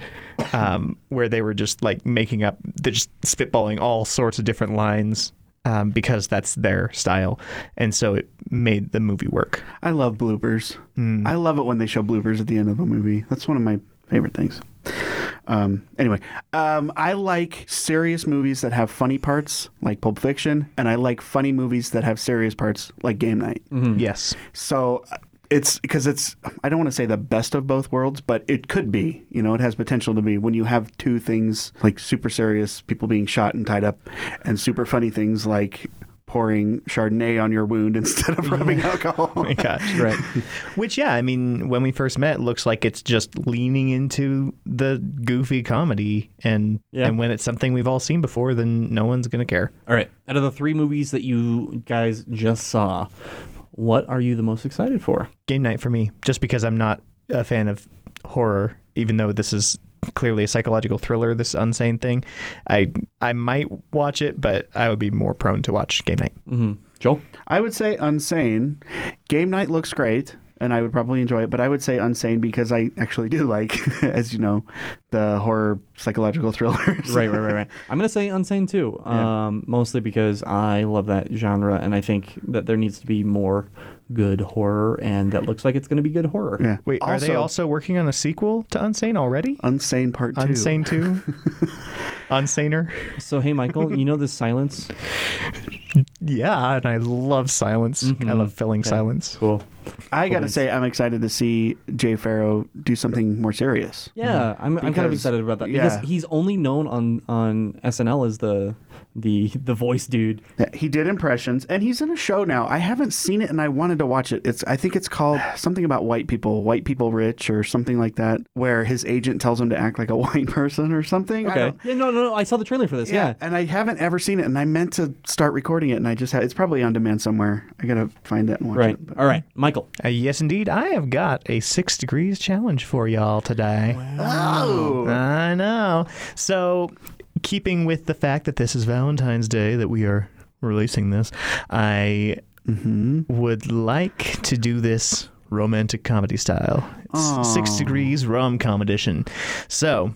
um, where they were just like making up, they're just spitballing all sorts of different lines um, because that's their style, and so it made the movie work.
I love bloopers. I love it when they show bloopers at the end of a movie. That's one of my favorite things. Um, anyway, um, I like serious movies that have funny parts, like Pulp Fiction, and I like funny movies that have serious parts, like Game Night.
Yes,
So uh, it's because it's, I don't want to say the best of both worlds, but it could be. You know, it has potential to be when you have two things like super serious people being shot and tied up, and super funny things like pouring Chardonnay on your wound instead of rubbing alcohol.
my gosh.
Right.
Which, yeah, I mean, when we first met, looks like it's just leaning into the goofy comedy, and
Yeah.
and when it's something we've all seen before, then no one's gonna care.
All right. Out of the three movies that you guys just saw, what are you the most excited for?
Game night for me, just because I'm not a fan of horror, even though this is clearly a psychological thriller. This unsane thing, I I might watch it, but I would be more prone to watch game night.
Mm-hmm. Joel.
I would say Unsane. Game night looks great, and I would probably enjoy it, but I would say Unsane because I actually do like, as you know, the horror psychological thrillers.
right, right, right, right. I'm gonna say Unsane too, um, mostly because I love that genre, and I think that there needs to be more good horror, and that looks like it's gonna be good horror.
Yeah.
Wait, are they also working on a sequel to Unsane already?
Unsane Part Uh, Two?
Unsane two, Unsaner.
So hey, Michael, you know this silence?
Yeah, and I love silence. I love filling silence.
Cool.
I gotta say, I'm excited to see Jay Farrow do something more serious.
Yeah, I'm, I'm kind of
Because-
excited about that because
yeah.
he's only known on on SNL as the the the voice dude.
Yeah, he did impressions, and he's in a show now. I haven't seen it, and I wanted to watch it. It's I think it's called something about white people, white people rich, or something like that, where his agent tells him to act like a white person or something. I
Okay.
don't-
Yeah, no, no, no. I saw the trailer for this.
Yeah,
Yeah.
and I haven't ever seen it, and I meant to start recording it, and I just had it's probably on demand somewhere. I gotta find it and watch
Right.
it. but-
All right, Michael.
Uh, yes, indeed. I have got a six degrees challenge for y'all today.
Oh,
I know. So, keeping with the fact that this is Valentine's Day that we are releasing this, I would like to do this romantic comedy style. It's Six degrees rum comedition. So,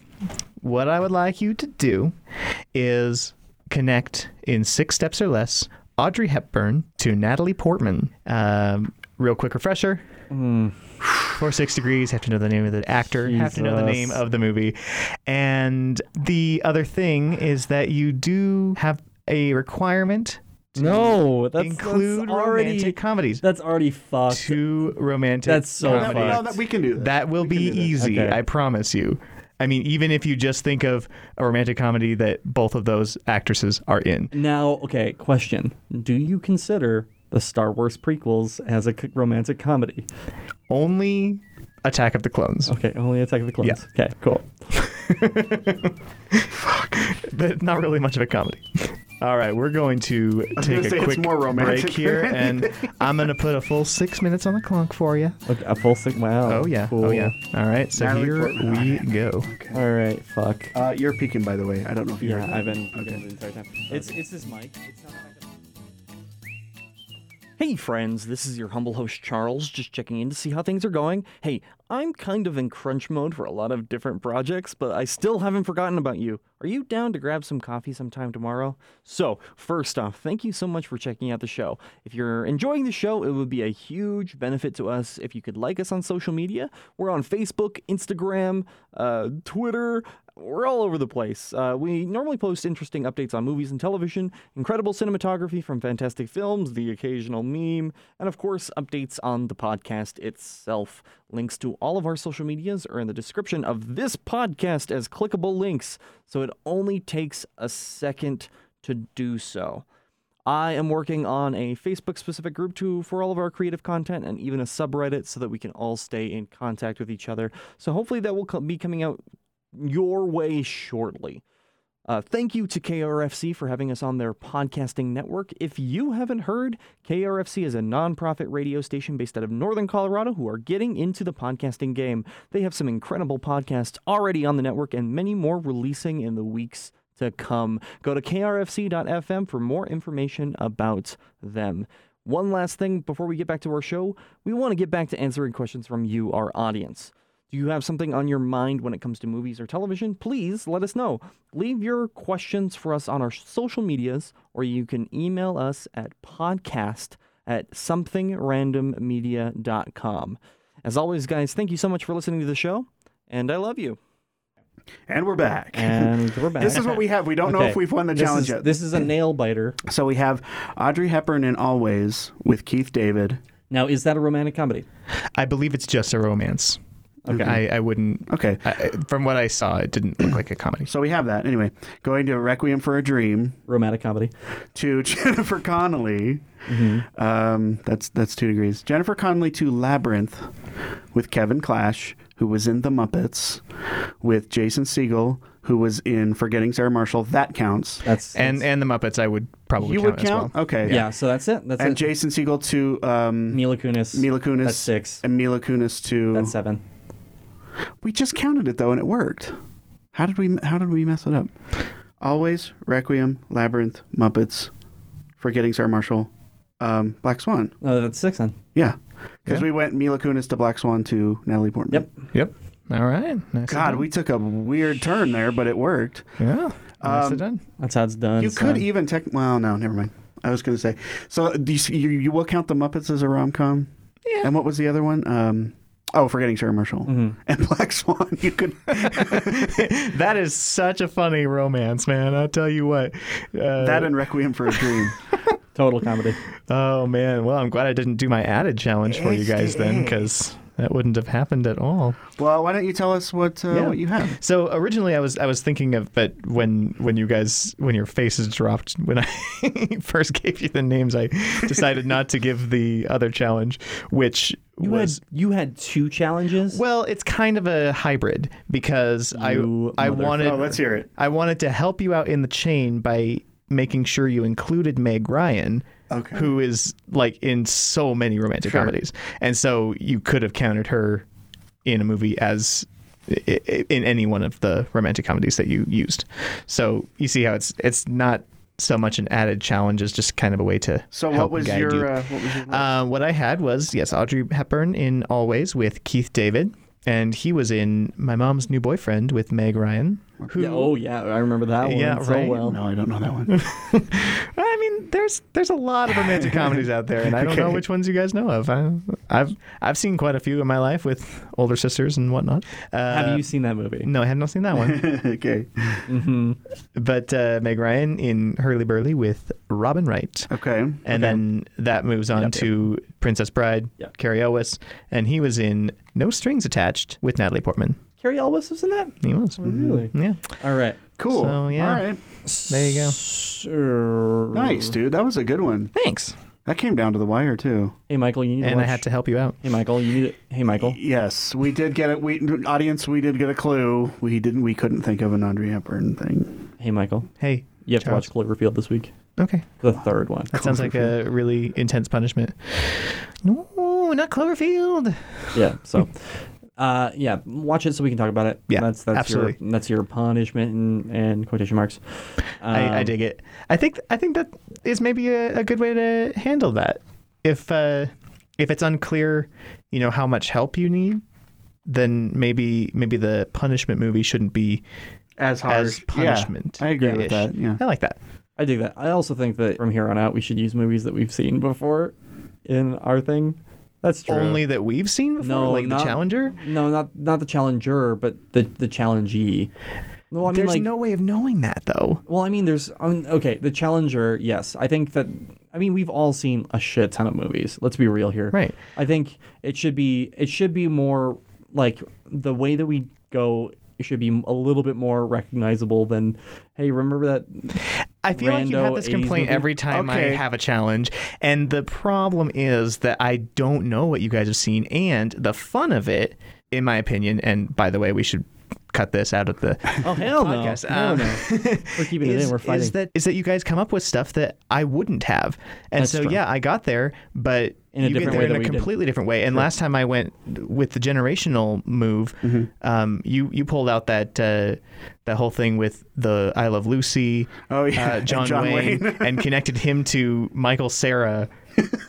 what I would like you to do is connect in six steps or less Audrey Hepburn to Natalie Portman. Um, real quick refresher.
Hmm.
For six degrees, have to know the name of the actor, have to know the
Jesus.
name of the movie. And the other thing is that you do have a requirement
No, that's
include
that's already
romantic comedies.
that's already fucked.
Two romantic
That's so
comedies.
fucked.
no, that we can do this.
That will be easy,
Okay.
I promise you. I mean, even if you just think of a romantic comedy that both of those actresses are in.
Now, okay, question. Do you consider the Star Wars prequels as a c- romantic comedy?
Only Attack of the Clones,
Okay, only Attack of the Clones.
Yeah.
Okay, cool.
but not really much of a comedy. All right, we're going to
gonna
take a
say it's
quick
more romantic
break here,
than
and I'm going to put a full six minutes on the clock for you.
Okay, a full sync. Wow.
Oh, yeah.
Cool.
Oh, yeah. All right, so
Natalie
here
Portman.
we go.
All right. Fuck.
Uh, you're peeking, by the way. I don't know if you heard
Yeah,
that.
I've been okay the entire time. It's it's this mic. It's not
Hey, friends, this is your humble host, Charles, just checking in to see how things are going. Hey, I'm kind of in crunch mode for a lot of different projects, but I still haven't forgotten about you. Are you down to grab some coffee sometime tomorrow? So, first off, thank you so much for checking out the show. If you're enjoying the show, it would be a huge benefit to us if you could like us on social media. We're on Facebook, Instagram, uh, Twitter, we're all over the place. Uh, we normally post interesting updates on movies and television, incredible cinematography from fantastic films, the occasional meme, and of course, updates on the podcast itself. Links to all of our social medias are in the description of this podcast as clickable links, so it only takes a second to do so. I am working on a Facebook specific group too for all of our creative content and even a subreddit so that we can all stay in contact with each other. So hopefully that will co- be coming out your way shortly. Uh, thank you to KRFC for having us on their podcasting network. If you haven't heard, KRFC is a nonprofit radio station based out of Northern Colorado who are getting into the podcasting game. They have some incredible podcasts already on the network and many more releasing in the weeks to come. Go to krfc.fm for more information about them. One last thing before we get back to our show, we want to get back to answering questions from you, our audience. Do you have something on your mind when it comes to movies or television? Please let us know. Leave your questions for us on our social medias, or you can email us at podcast at somethingrandommedia.com. As always, guys, thank you so much for listening to the show, and I love you.
and we're back.
And we're back.
this is what we have. We don't know
Okay.
if we've won the
This
challenge
is-
yet.
This is a nail biter.
So we have Audrey Hepburn in Always with Keith David.
Now, is that a romantic comedy?
I believe it's just a romance. Okay.
Mm-hmm.
I, I wouldn't.
Okay.
I, I- from what I saw, it didn't look like a comedy.
So we have that. Anyway, going to Requiem for a Dream
Romantic comedy. Mm-hmm.
to Jennifer Connelly. Um, that's that's two degrees. Jennifer Connelly to Labyrinth with Kevin Clash, who was in The Muppets, with Jason Segel, who was in Forgetting Sarah Marshall. That counts.
That's
And
that's-
and the Muppets, I would probably
you
count
would
as
count.
well.
Okay.
yeah. So that's it. That's
And
it.
Jason Segel to um,
Mila Kunis.
Mila Kunis.
That's six.
And Mila Kunis to.
That's seven.
We just counted it though, and it worked. How did we? How did we mess it up? Always Requiem, Labyrinth, Muppets, Forgetting Sarah Marshall, um, Black Swan.
No, that's six then.
Yeah, because
Yeah.
we went Mila Kunis to Black Swan to Natalie Portman.
Yep.
Yep. All right. Nicely
God,
done.
we took a weird turn there, but it worked.
Yeah. Nicely done.
That's how it's done.
You could
son.
e-
even tech. Well, no, never mind. I was going to say. So do you, see- you you will count the Muppets as a rom com.
Yeah. Mm-hmm.
And what was the other one? Um, oh, Forgetting Sarah Marshall and Black Swan. You could.
That is such a funny romance, man. I'll tell you what. Uh,
that and Requiem for a Dream.
total comedy.
oh man. Well, I'm glad I didn't do my added challenge for you guys then, because that wouldn't have happened at all.
well, why don't you tell us what uh,
Yeah.
what you have?
So originally, I was I was thinking of, but when when you guys when your faces dropped when I first gave you the names, I decided not to give the other challenge, which
You
was.
had you had two challenges.
well, it's kind of a hybrid because
You
I I
mother-
wanted
Oh, let's hear it.
I wanted to help you out in the chain by making sure you included Meg Ryan,
Okay.
who is like in so many romantic comedies, and so you could have counted her in a movie as i- i- in any one of the romantic comedies that you used. So you see how it's it's not so much an added challenge as just kind of a way to
So
help
what was,
guide you.
your, uh, what was your
Uh, what I had was yes, Audrey Hepburn in Always with Keith David, and he was in My Mom's New Boyfriend with Meg Ryan. Who,
Yeah, oh yeah, I remember that one
Yeah,
so
right.
well.
No, I don't know that one.
I mean, there's there's a lot of romantic comedies out there, and I don't know which ones you guys know of. I, I've I've seen quite a few in my life with older sisters and whatnot. Uh,
Have you seen that movie? Mm-hmm.
No, I have not seen that one.
okay.
Mm-hmm. but uh, Meg Ryan in Hurley Burley with Robin Wright.
Okay.
And then that moves on to Princess Bride,
Yeah.
Carrie Elwes, and he was in No Strings Attached with Natalie Portman.
Carrie Elwes was in that.
He was.
Really?
Yeah.
All right.
Cool.
So, yeah.
All right.
There you go.
Sir.
Nice, dude. That was a good one.
Thanks.
That came down to the wire too.
Hey Michael, you need to
And I
watch-
had to help you out.
Hey Michael, you need to... Hey Michael.
Yes, we did get it. We audience, we did get a clue. We didn't. We couldn't think of an Audrey Hepburn thing.
Hey Michael.
Hey.
You have
Charles.
to watch Cloverfield this week.
Okay.
The third one.
That sounds like a really intense punishment. No, not Cloverfield.
yeah. So, uh, yeah, watch it so we can talk about it.
Yeah,
That's that's
absolutely.
your that's your punishment and, and quotation marks.
I, I
Um,
dig it. I think I think that is maybe a, a good way to handle that. If uh, if it's unclear, you know how much help you need, then maybe maybe the punishment movie shouldn't be
As
as punishment.
I agree with that. Yeah.
I like that.
I dig that. I also think that from here on out, we should use movies that we've seen before in our thing. That's true.
Only that we've seen before,
no,
like
not-
the Challenger.
No, not not the challenger, but the the challengee. Well, I mean,
There's
like,
no way of knowing that though.
well, I mean, there's I mean, okay, the challenger. Yes, I think that. I mean, we've all seen a shit ton of movies. Let's be real here.
Right.
I think it should be it should be more like the way that we go. It should be a little bit more recognizable than, hey, remember that
I feel like you have
Rando
this
80s
complaint
movie?
every time I
Okay.
have a challenge. And the problem is that I don't know what you guys have seen. And the fun of it, in my opinion, and by the way, we should cut this out of the
Oh hell no!
podcast.
Hell
Um,
no. We're keeping it in.
is,
We're fighting.
is that is that you guys come up with stuff that I wouldn't have. And
That's
so
true.
yeah, I got there, but
In a
you get
different
there
way
in
than
a
we did.
completely different way. And last time I went with the generational move,
Mm-hmm.
um, you you pulled out that uh, that whole thing with the I Love Lucy,
Oh, yeah,
uh,
and
John,
John
Wayne,
Wayne.
and connected him to Michael Sarah.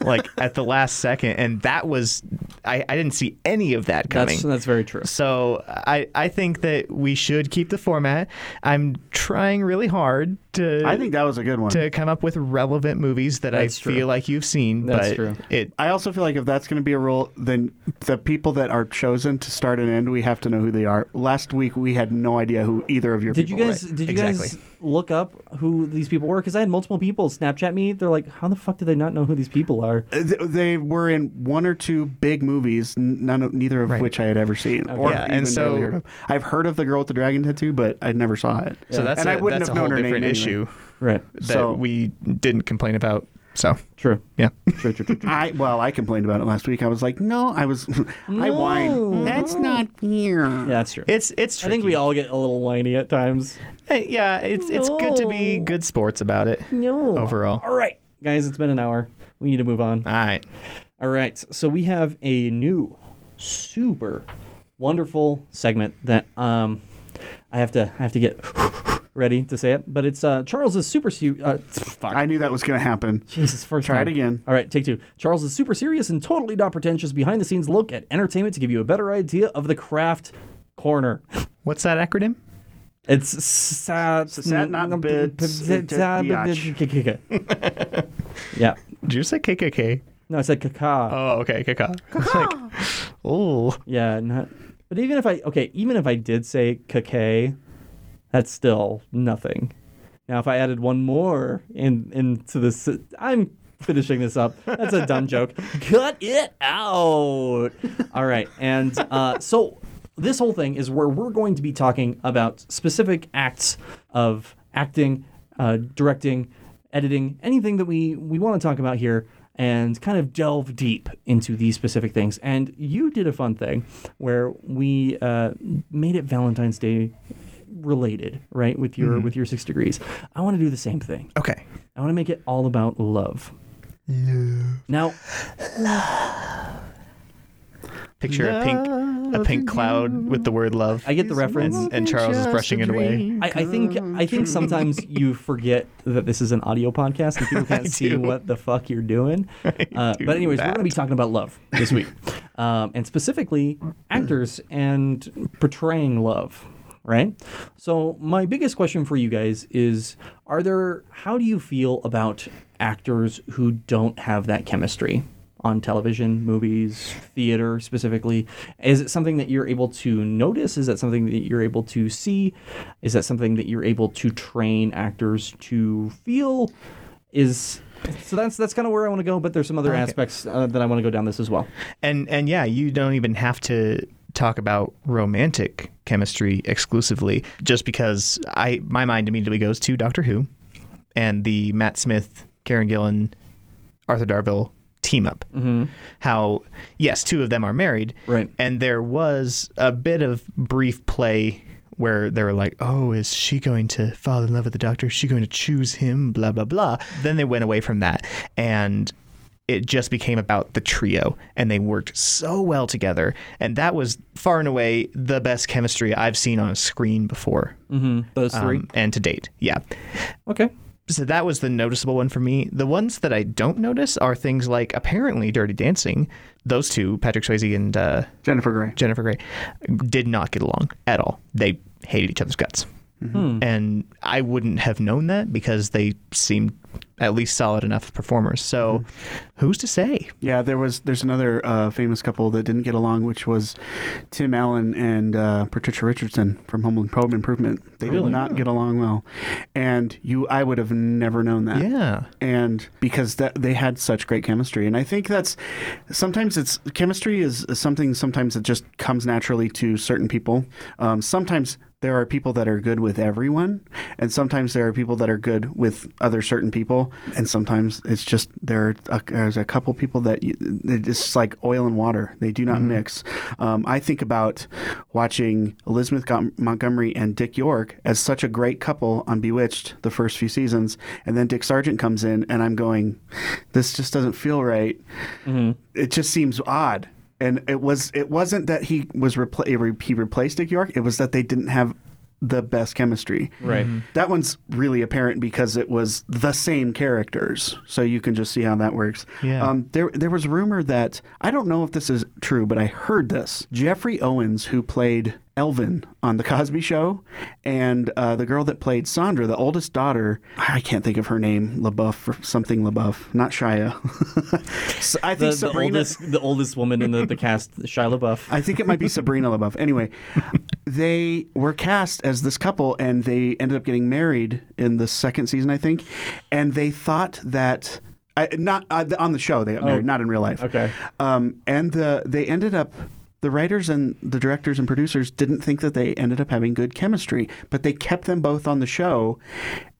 like at the last second, and that was I, I didn't see any of that coming.
that's that's very true.
So I, I think that we should keep the format. I'm trying really hard to
I think that was a good one.
to come up with relevant movies that
That's
I
true.
feel like you've seen.
That's
but
true.
It
I also feel like if that's going to be a rule, then the people that are chosen to start and end, we have to know who they are. Last week, we had no idea who either of your
Did you
people
guys?
were.
Did you guys
Exactly.
look up who these people were? Because I had multiple people Snapchat me. They're like, "How the fuck did they not know who these people are?"
Uh, th- They were in one or two big movies, n- none of, neither of
Right.
which I had ever seen, or
Yeah, and
even
so-
really heard of. I've heard of the girl with the dragon tattoo, but I never saw it.
so that's
and I
a,
I wouldn't
that's
have
a whole
known her name
different
anyway.
issue
Right.
that
So-
we didn't complain about. So
True.
yeah,
True. True. True. true.
I well, I complained about it last week. I was like, no, I was, I
No.
whined. That's not here.
Yeah, that's true.
it's it's.
I think we all get a little whiny at times.
Hey, yeah, it's it's good to be good sports about it.
No.
Overall,
All right, guys, it's been an hour. We need to move on.
all right.
All right, so we have a new, super, wonderful segment that um, I have to I have to get ready to say it, but it's uh Charles's super su- uh, fuck.
I knew that was going to happen.
Jesus, first
Try it
time.
again.
All right, take two. Charles is super serious and totally not pretentious behind the scenes look at entertainment to give you a better idea of the craft corner.
What's that acronym?
It's sad, Mm,
sad not bit-
Yeah.
Did you say KKK?
No, I said caca.
Oh, okay, KKK. It's like, oh,
Yeah, not. But even if I okay, even if I did say caca, that's still nothing. Now, if I added one more in into this, I'm finishing this up. That's a dumb joke. Cut it out. All right, and uh, so this whole thing is where we're going to be talking about specific acts of acting, uh, directing, editing, anything that we we want to talk about here. And kind of delve deep into these specific things. And you did a fun thing where we uh, made it Valentine's Day related, right? With your with your six degrees. I want to do the same thing.
okay.
I want to make it all about love. Now,
Picture a pink a pink cloud with the word love.
I get the reference.
and, and Charles is brushing it away.
I, I think I think sometimes you forget that this is an audio podcast and people can't see
do.
what the fuck you're doing. Uh,
do
but anyways, we're
that.
going to be talking about love this week, um, and specifically actors and portraying love. Right. So my biggest question for you guys is: Are there? How do you feel about actors who don't have that chemistry? on television, movies, theater specifically? Is it something that you're able to notice? Is that something that you're able to see? Is that something that you're able to train actors to feel? Is so that's that's kind of where I want to go, but there's some other aspects uh, that I want to go down this as well.
And and yeah, you don't even have to talk about romantic chemistry exclusively just because I my mind immediately goes to Doctor Who and the Matt Smith, Karen Gillan, Arthur Darvill team up. How yes, two of them are married.
Mm-hmm. Right.
And there was a bit of brief play where they were like, "Oh, is she going to fall in love with the doctor? Is she going to choose him?" Blah blah blah. Then they went away from that, and it just became about the trio, and they worked so well together, and that was far and away the best chemistry I've seen on a screen before,
Those Mm-hmm. three.
um, and to date. Yeah
okay.
so that was the noticeable one for me. The ones that I don't notice are things like apparently Dirty Dancing. Those two, Patrick Swayze and uh,
Jennifer Grey.
Jennifer Grey, did not get along at all. They hated each other's guts.
Hmm.
And I wouldn't have known that because they seemed at least solid enough performers.
Hmm.
So who's to say?
Yeah, there was. There's another uh, famous couple that didn't get along, which was Tim Allen and uh, Patricia Richardson from Home Home Improvement. They
Really?
did not get along well, and you, I would have never known that.
Yeah.
and because that they had such great chemistry, and I think that's sometimes it's chemistry is something sometimes it just comes naturally to certain people. Um, sometimes. There are people that are good with everyone, and sometimes there are people that are good with other certain people, and sometimes it's just there are a, there's a couple people that you, they're just like oil and water. They do not mix. Um, I think about watching Elizabeth Gon- Montgomery and Dick York as such a great couple on Bewitched the first few seasons, and then Dick Sargent comes in, and I'm going, this just doesn't feel right. It just seems odd. And it was it wasn't that he was repla- he replaced Dick York. It was that they didn't have the best chemistry.
Right. Mhm.
That one's really apparent because it was the same characters, so you can just see how that works.
Yeah.
Um, there, there was rumor that I don't know if this is true, but I heard this. Jeffrey Owens, who played Elvin on The Cosby Show, and uh, the girl that played Sandra, the oldest daughter, I can't think of her name, LaBeouf or something LaBeouf, not Shia. So I
The,
think
the
Sabrina.
oldest, the oldest woman in the, the cast, Shia LaBeouf.
I think it might be Sabrina LaBeouf. Anyway, they were cast as this couple, and they ended up getting married in the second season, I think. And they thought that. I, not uh, on the show they got married, not in real life.
okay.
Um, and the they ended up the writers and the directors and producers didn't think that they ended up having good chemistry, but they kept them both on the show.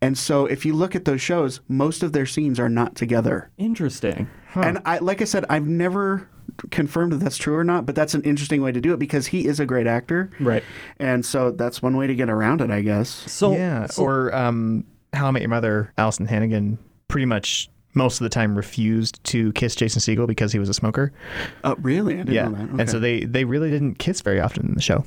And so if you look at those shows, most of their scenes are not together.
Interesting.
And I, like I said, I've never confirmed that that's true or not, but that's an interesting way to do it because he is a great actor.
Right.
And so that's one way to get around it, I guess.
So
yeah.
so-
or um, How I Met Your Mother, Allison Hannigan, pretty much most of the time refused to kiss Jason Segel because he was a smoker.
Oh, really? I didn't
Yeah,
know that.
and so they they really didn't kiss very often in the show.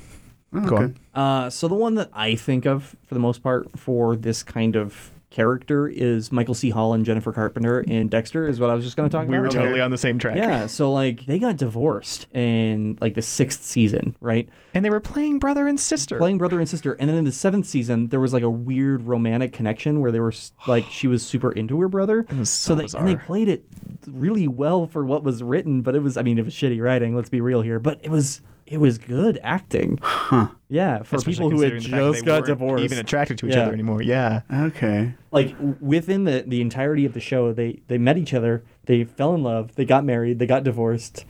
Go on.
Uh, so the one that I think of for the most part for this kind of character is Michael C. Hall and Jennifer Carpenter in Dexter. Is what I was just going to talk
We
about.
were totally on the same track.
Yeah, so like they got divorced in like the sixth season, right?
and they were playing brother and sister.
Playing brother and sister, and then in the seventh season there was like a weird romantic connection where they were s- like she was super into her brother.
so
they and they
bizarre.
played it really well for what was written, but it was I mean it was shitty writing. Let's be real here, but it was it was good acting. Huh? Yeah, for
Especially
people who had
considering the fact that
just
they
got
weren't
divorced,
even attracted to each
Yeah.
other anymore. Yeah,
Okay.
like w- within the, the entirety of the show they they met each other they fell in love they got married they got divorced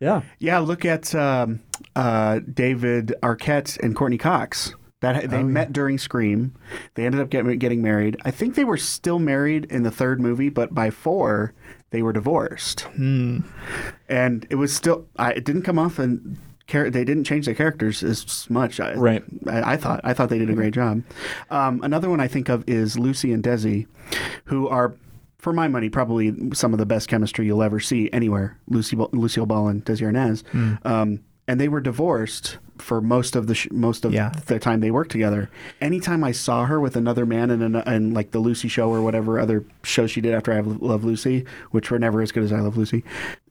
yeah
Yeah, look at um, uh, David Arquette and Courtney Cox. That they met during Scream. They ended up getting getting married. I think they were still married in the third movie, but by four they were divorced. And it was still. I, it didn't come off, and char- they didn't change their characters as much. I,
Right.
I, I thought I thought they did a great job. Um, another one I think of is Lucy and Desi, who are, for my money, probably some of the best chemistry you'll ever see anywhere. Lucy Ba- Lucille Ball and Desi Arnaz, um, and they were divorced for most of the sh- most of
Yeah.
the time they worked together. Anytime I saw her with another man in, an, in like the Lucy show or whatever other show she did after I Love Love Lucy, which were never as good as I Love Lucy,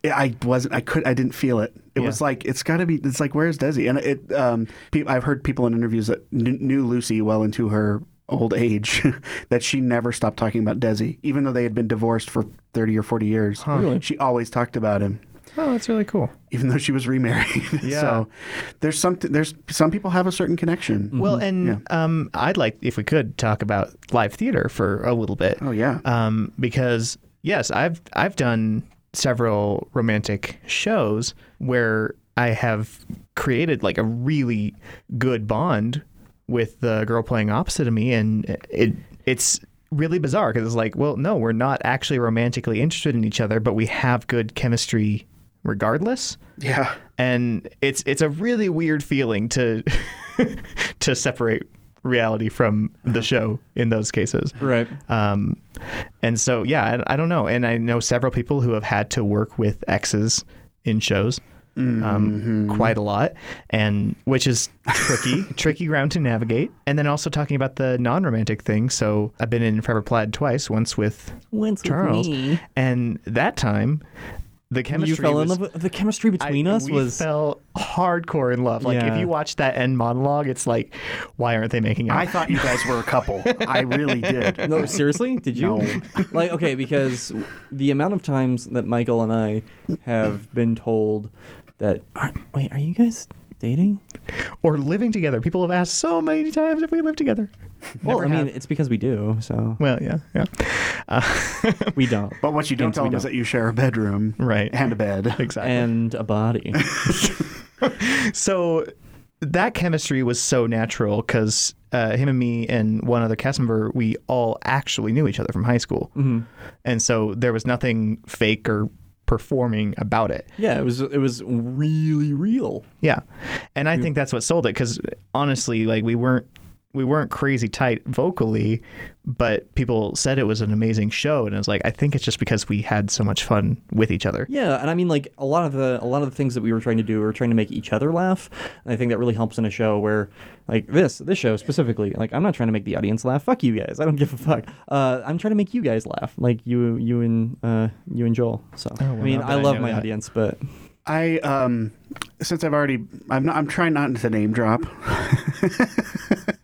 I wasn't. I could. I didn't feel it. It was
Yeah.
like it's got to be. It's like where's Desi? And it. Um, pe- I've heard people in interviews that kn- knew Lucy well into her old age that she never stopped talking about Desi, even though they had been divorced for thirty or forty years. She always talked about him
oh, that's really cool.
even though she was remarried.
Yeah.
so there's something there's some people have a certain connection.
Well, and um, I'd like if we could talk about live theater for a little bit.
Oh yeah.
um, because yes, I've I've done several romantic shows where I have created like a really good bond with the girl playing opposite of me, and it it's really bizarre because it's like, well, no, we're not actually romantically interested in each other, but we have good chemistry regardless
yeah.
and it's it's a really weird feeling to to separate reality from the show in those cases
Uh-huh. right
um, and so, yeah, I, I don't know. And I know several people who have had to work with exes in shows
Mm-hmm.
um, quite a lot, and which is tricky, tricky ground to navigate. And then also talking about the non-romantic thing. So I've been in Forever Plaid twice, once with
Once with
Charles,
me.
and that time the chemistry
you fell in
was-
love with, the chemistry between
I-
us
we
was
fell hardcore in love. Like
Yeah.
if you watch that end monologue, it's like, why aren't they making out?
I thought you guys were a couple. I really did.
no seriously did you like okay because the amount of times that michael and i have been told that are, wait are you guys dating
or living together. People have asked so many times if we live together.
well i mean it's because we do so
Well, yeah, yeah,
we don't
But what you don't tell them is that you share a bedroom
right,
and a bed.
exactly.
and a body
so that chemistry was so natural because uh, him and me and one other cast member, we all actually knew each other from high school,
Mm-hmm.
and so there was nothing fake or performing about it.
yeah it was it was really real
Yeah, and I think that's what sold it because honestly, like we weren't we weren't crazy tight vocally, but people said it was an amazing show, and I was like, I think it's just because we had so much fun with each other.
Yeah, and I mean like a lot of the a lot of the things that we were trying to do we were trying to make each other laugh. And I think that really helps in a show where like this, this show specifically, like I'm not trying to make the audience laugh. Fuck you guys. I don't give a fuck. Uh, I'm trying to make you guys laugh. Like you you and uh, you and Joel. So I mean
not
I
Oh, that I
love
know
my
that.
audience, but
I um since I've already, I'm not, I'm trying not to name drop.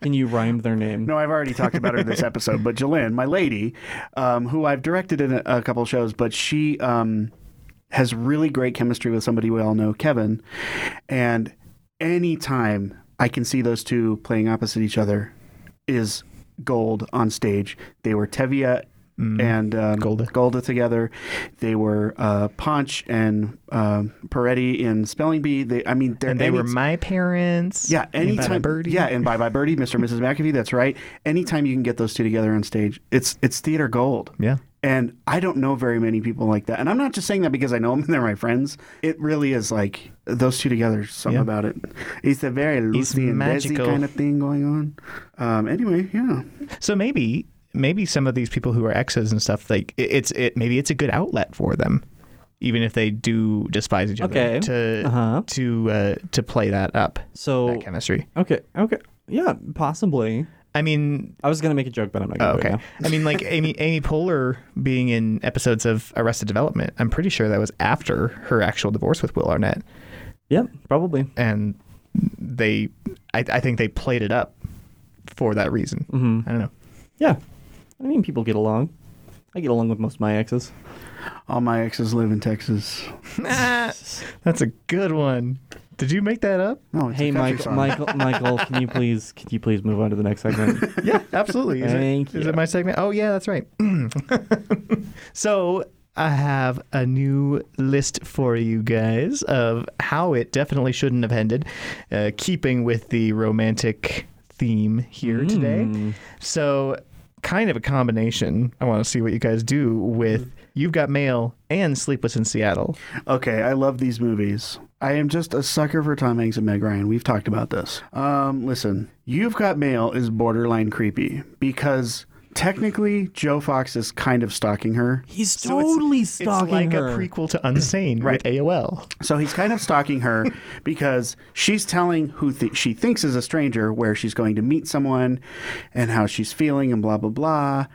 Can you rhyme their name?
No, I've already talked about her this episode, but Jalen, my lady, um, who I've directed in a, a couple shows, but she um, has really great chemistry with somebody we all know, Kevin. And anytime I can see those two playing opposite each other is gold on stage. They were Tevia and um,
Mm-hmm. Golda.
Golda together. They were uh, Punch and um Peretti in Spelling Bee. They, I mean, they're
And they were
any-
my parents.
yeah,
And
anytime.
Bye Bye Birdie.
Yeah, and Bye Bye Birdie, Mr. and Mrs. McAfee. That's right. Anytime you can get those two together on stage, it's it's theater gold.
Yeah.
And I don't know very many people like that. And I'm not just saying that because I know them and they're my friends. It really is like those two together. Something
Yeah.
about it. It's a very Lucy and Desi
magical.
kind of thing going on. Um, anyway, yeah.
So maybe maybe some of these people who are exes and stuff, like it, it's it maybe it's a good outlet for them, even if they do despise each other.
Okay.
To
Uh-huh.
to uh, to play that up
So
that chemistry.
okay, okay, yeah, possibly.
I mean,
I was gonna make a joke, but I'm not gonna. do it
Oh, okay.
now.
I mean, like Amy Amy Poehler being in episodes of Arrested Development. I'm pretty sure that was after her actual divorce with Will Arnett,
Yep, probably.
and they, I, I think they played it up for that reason. I don't know.
Yeah, I mean, people get along. I get along with most of my exes.
All my exes live in Texas.
That's a good one. Did you make that up?
No, it's a
Hey,
country
Michael,
song.
Michael, Michael, can you please, can you please move on to the next segment?
Yeah, absolutely. Is,
Thank
it, is
you.
it my segment? Oh, yeah, that's right. so I have a new list for you guys of how it definitely shouldn't have ended, uh, keeping with the romantic theme here
Hmm.
today. So, kind of a combination. I want to see what you guys do with You've Got Mail and Sleepless in Seattle.
Okay, I love these movies. I am just a sucker for Tom Hanks and Meg Ryan. We've talked about this. Um, listen, You've Got Mail is borderline creepy because technically Joe Fox is kind of stalking her.
He's
So it's-
totally
it's,
stalking
like
her.
a prequel to Unsane
Right.
with AOL.
So he's kind of stalking her because she's telling who th- she thinks is a stranger where she's going to meet someone and how she's feeling and blah, blah, blah.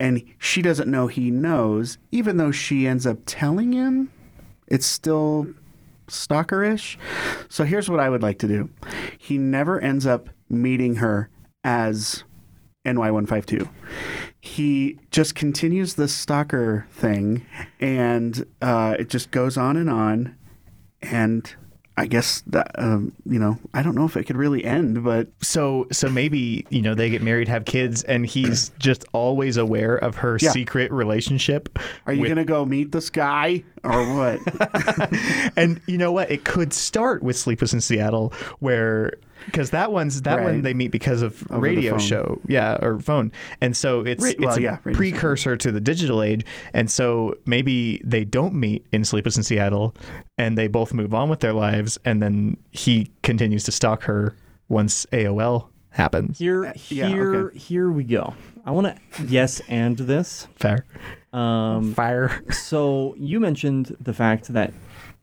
And she doesn't know he knows, even though she ends up telling him. It's still stalkerish. So here's what I would like to do he never ends up meeting her as NY152. He just continues this stalker thing and uh, it just goes on and on. And I guess that, um, you know, I don't know if it could really end, but
so so maybe you know they get married have kids and he's just always aware of her
Yeah.
secret relationship
are you
with-
going to go meet this guy or what?
and you know what it could start with sleepless in seattle where because that one's that one
Right.
they meet because of
Over the
radio
phone.
show yeah or phone and so it's
Ra-
it's
well,
a
yeah, radio show.
precursor to the digital age and so maybe they don't meet in sleepless in seattle and they both move on with their lives and then he continues to stalk her once aol happens
here,
yeah,
here,
okay.
here we go. I want to yes and this.
fair
Um,
fire
so you mentioned the fact that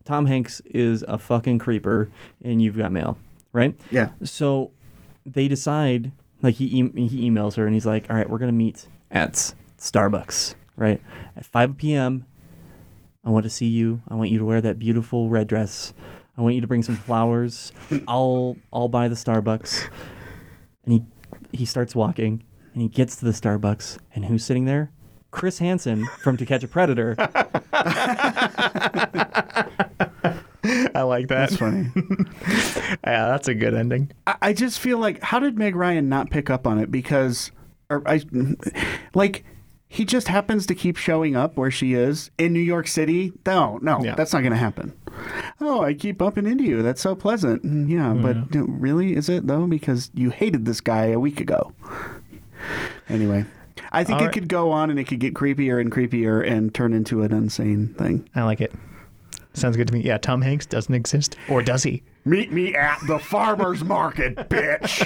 Tom Hanks is a fucking creeper, and you've got mail, right?
yeah.
So they decide, like he em he emails her and he's like, "All right, we're gonna meet at Starbucks, right, at 5 p.m. I want to see you. I want you to wear that beautiful red dress. I want you to bring some flowers. I'll I'll buy the Starbucks." And he he starts walking and he gets to the Starbucks and who's sitting there? Chris Hansen from To Catch a Predator.
i like that
That's funny.
Yeah, that's a good ending.
I- I just feel like how did Meg Ryan not pick up on it? Because, or I, like, he just happens to keep showing up where she is in New York City. No, no,
Yeah.
that's not going to happen. Oh, I keep bumping into you. That's so pleasant. Mm, Yeah, but no, really, is it though? Because you hated this guy a week ago. Anyway, I think
All
it
right.
could go on and it could get creepier and creepier and turn into an insane thing.
I like it. Sounds good to me. Yeah, Tom Hanks doesn't exist, or does he?
Meet me at the farmer's market, bitch.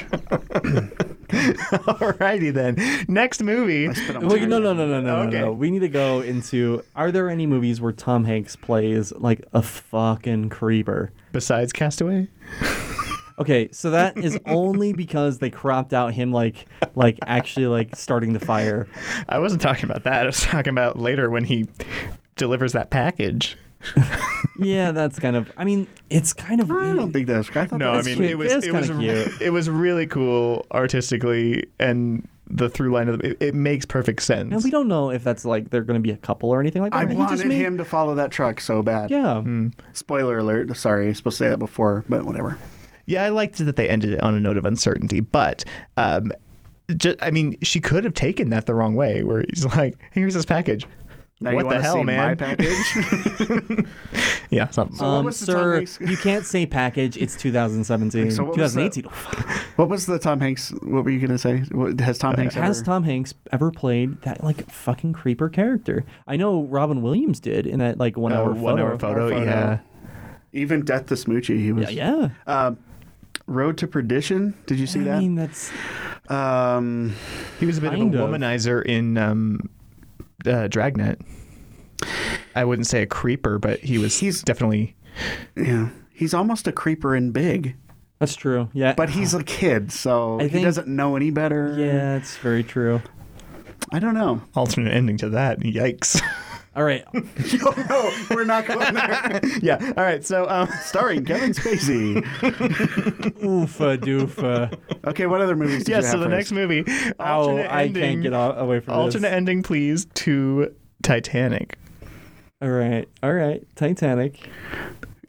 Alrighty then. Next movie.
Wait, no, no, no, no, no,
Okay.
no, no. We need to go into. Are there any movies where Tom Hanks plays like a fucking creeper?
Besides Castaway,
Okay, so that is only because they cropped out him like, like actually like starting the fire.
I wasn't talking about that. I was talking about later when he delivers that package.
yeah, that's kind of. I mean, it's kind of.
I don't think that's. I thought
No,
that
I
was
mean
cute.
it was
That's
it was
kinda cute.
it was really cool artistically, and the through line of the, it, it makes perfect sense.
And we don't know if that's like they're going to be a couple or anything like that.
I
He just
wanted
made-
him to follow that truck so bad.
Yeah.
Spoiler alert. Sorry, I was supposed to say that before, but whatever.
Yeah, I liked that they ended it on a note of uncertainty, but um, just, I mean, she could have taken that the wrong way, where he's like, "Here's this package."
Now you
what the
wanna
hell,
see My
man?
package.
yeah, uh, something.
what
Um,
was the Tom
sir,
Hanks-
you can't say package. It's 2017.
So what was the-
2018. Oh, fuck.
what was the Tom Hanks? What were you gonna say? What, has
Uh,
Tom Hanks
Has
ever-
Tom Hanks ever played that like fucking creeper character? I know Robin Williams did in that like
Uh,
one
Oh,
hour
one
photo.
hour photo,
photo.
yeah.
even Death to Smoochie? He was. Uh,
Yeah, yeah.
Road to Perdition. Did you see
I
that?
mean that's
um,
He was a bit of a
Kind of.
womanizer in um, uh, Dragnet. I wouldn't say a creeper, but he was
He's-
definitely.
yeah, he's almost a creeper in big,
that's true. Yeah,
but
Uh-huh.
he's a kid, so
I
he
think-
doesn't know any better.
yeah, it's very true.
I don't know.
Alternate ending to that. Yikes.
All right,
no, we're not going there.
yeah. All right. So, um,
Starring Kevin Spacey.
oofa doofa.
Okay, what other movies? Did
yeah.
you have
So the next
first?
movie.
Oh,
alternate
I
ending-
can't get a- away from
Alternate
this.
ending, please, to Titanic.
All right, all right, Titanic.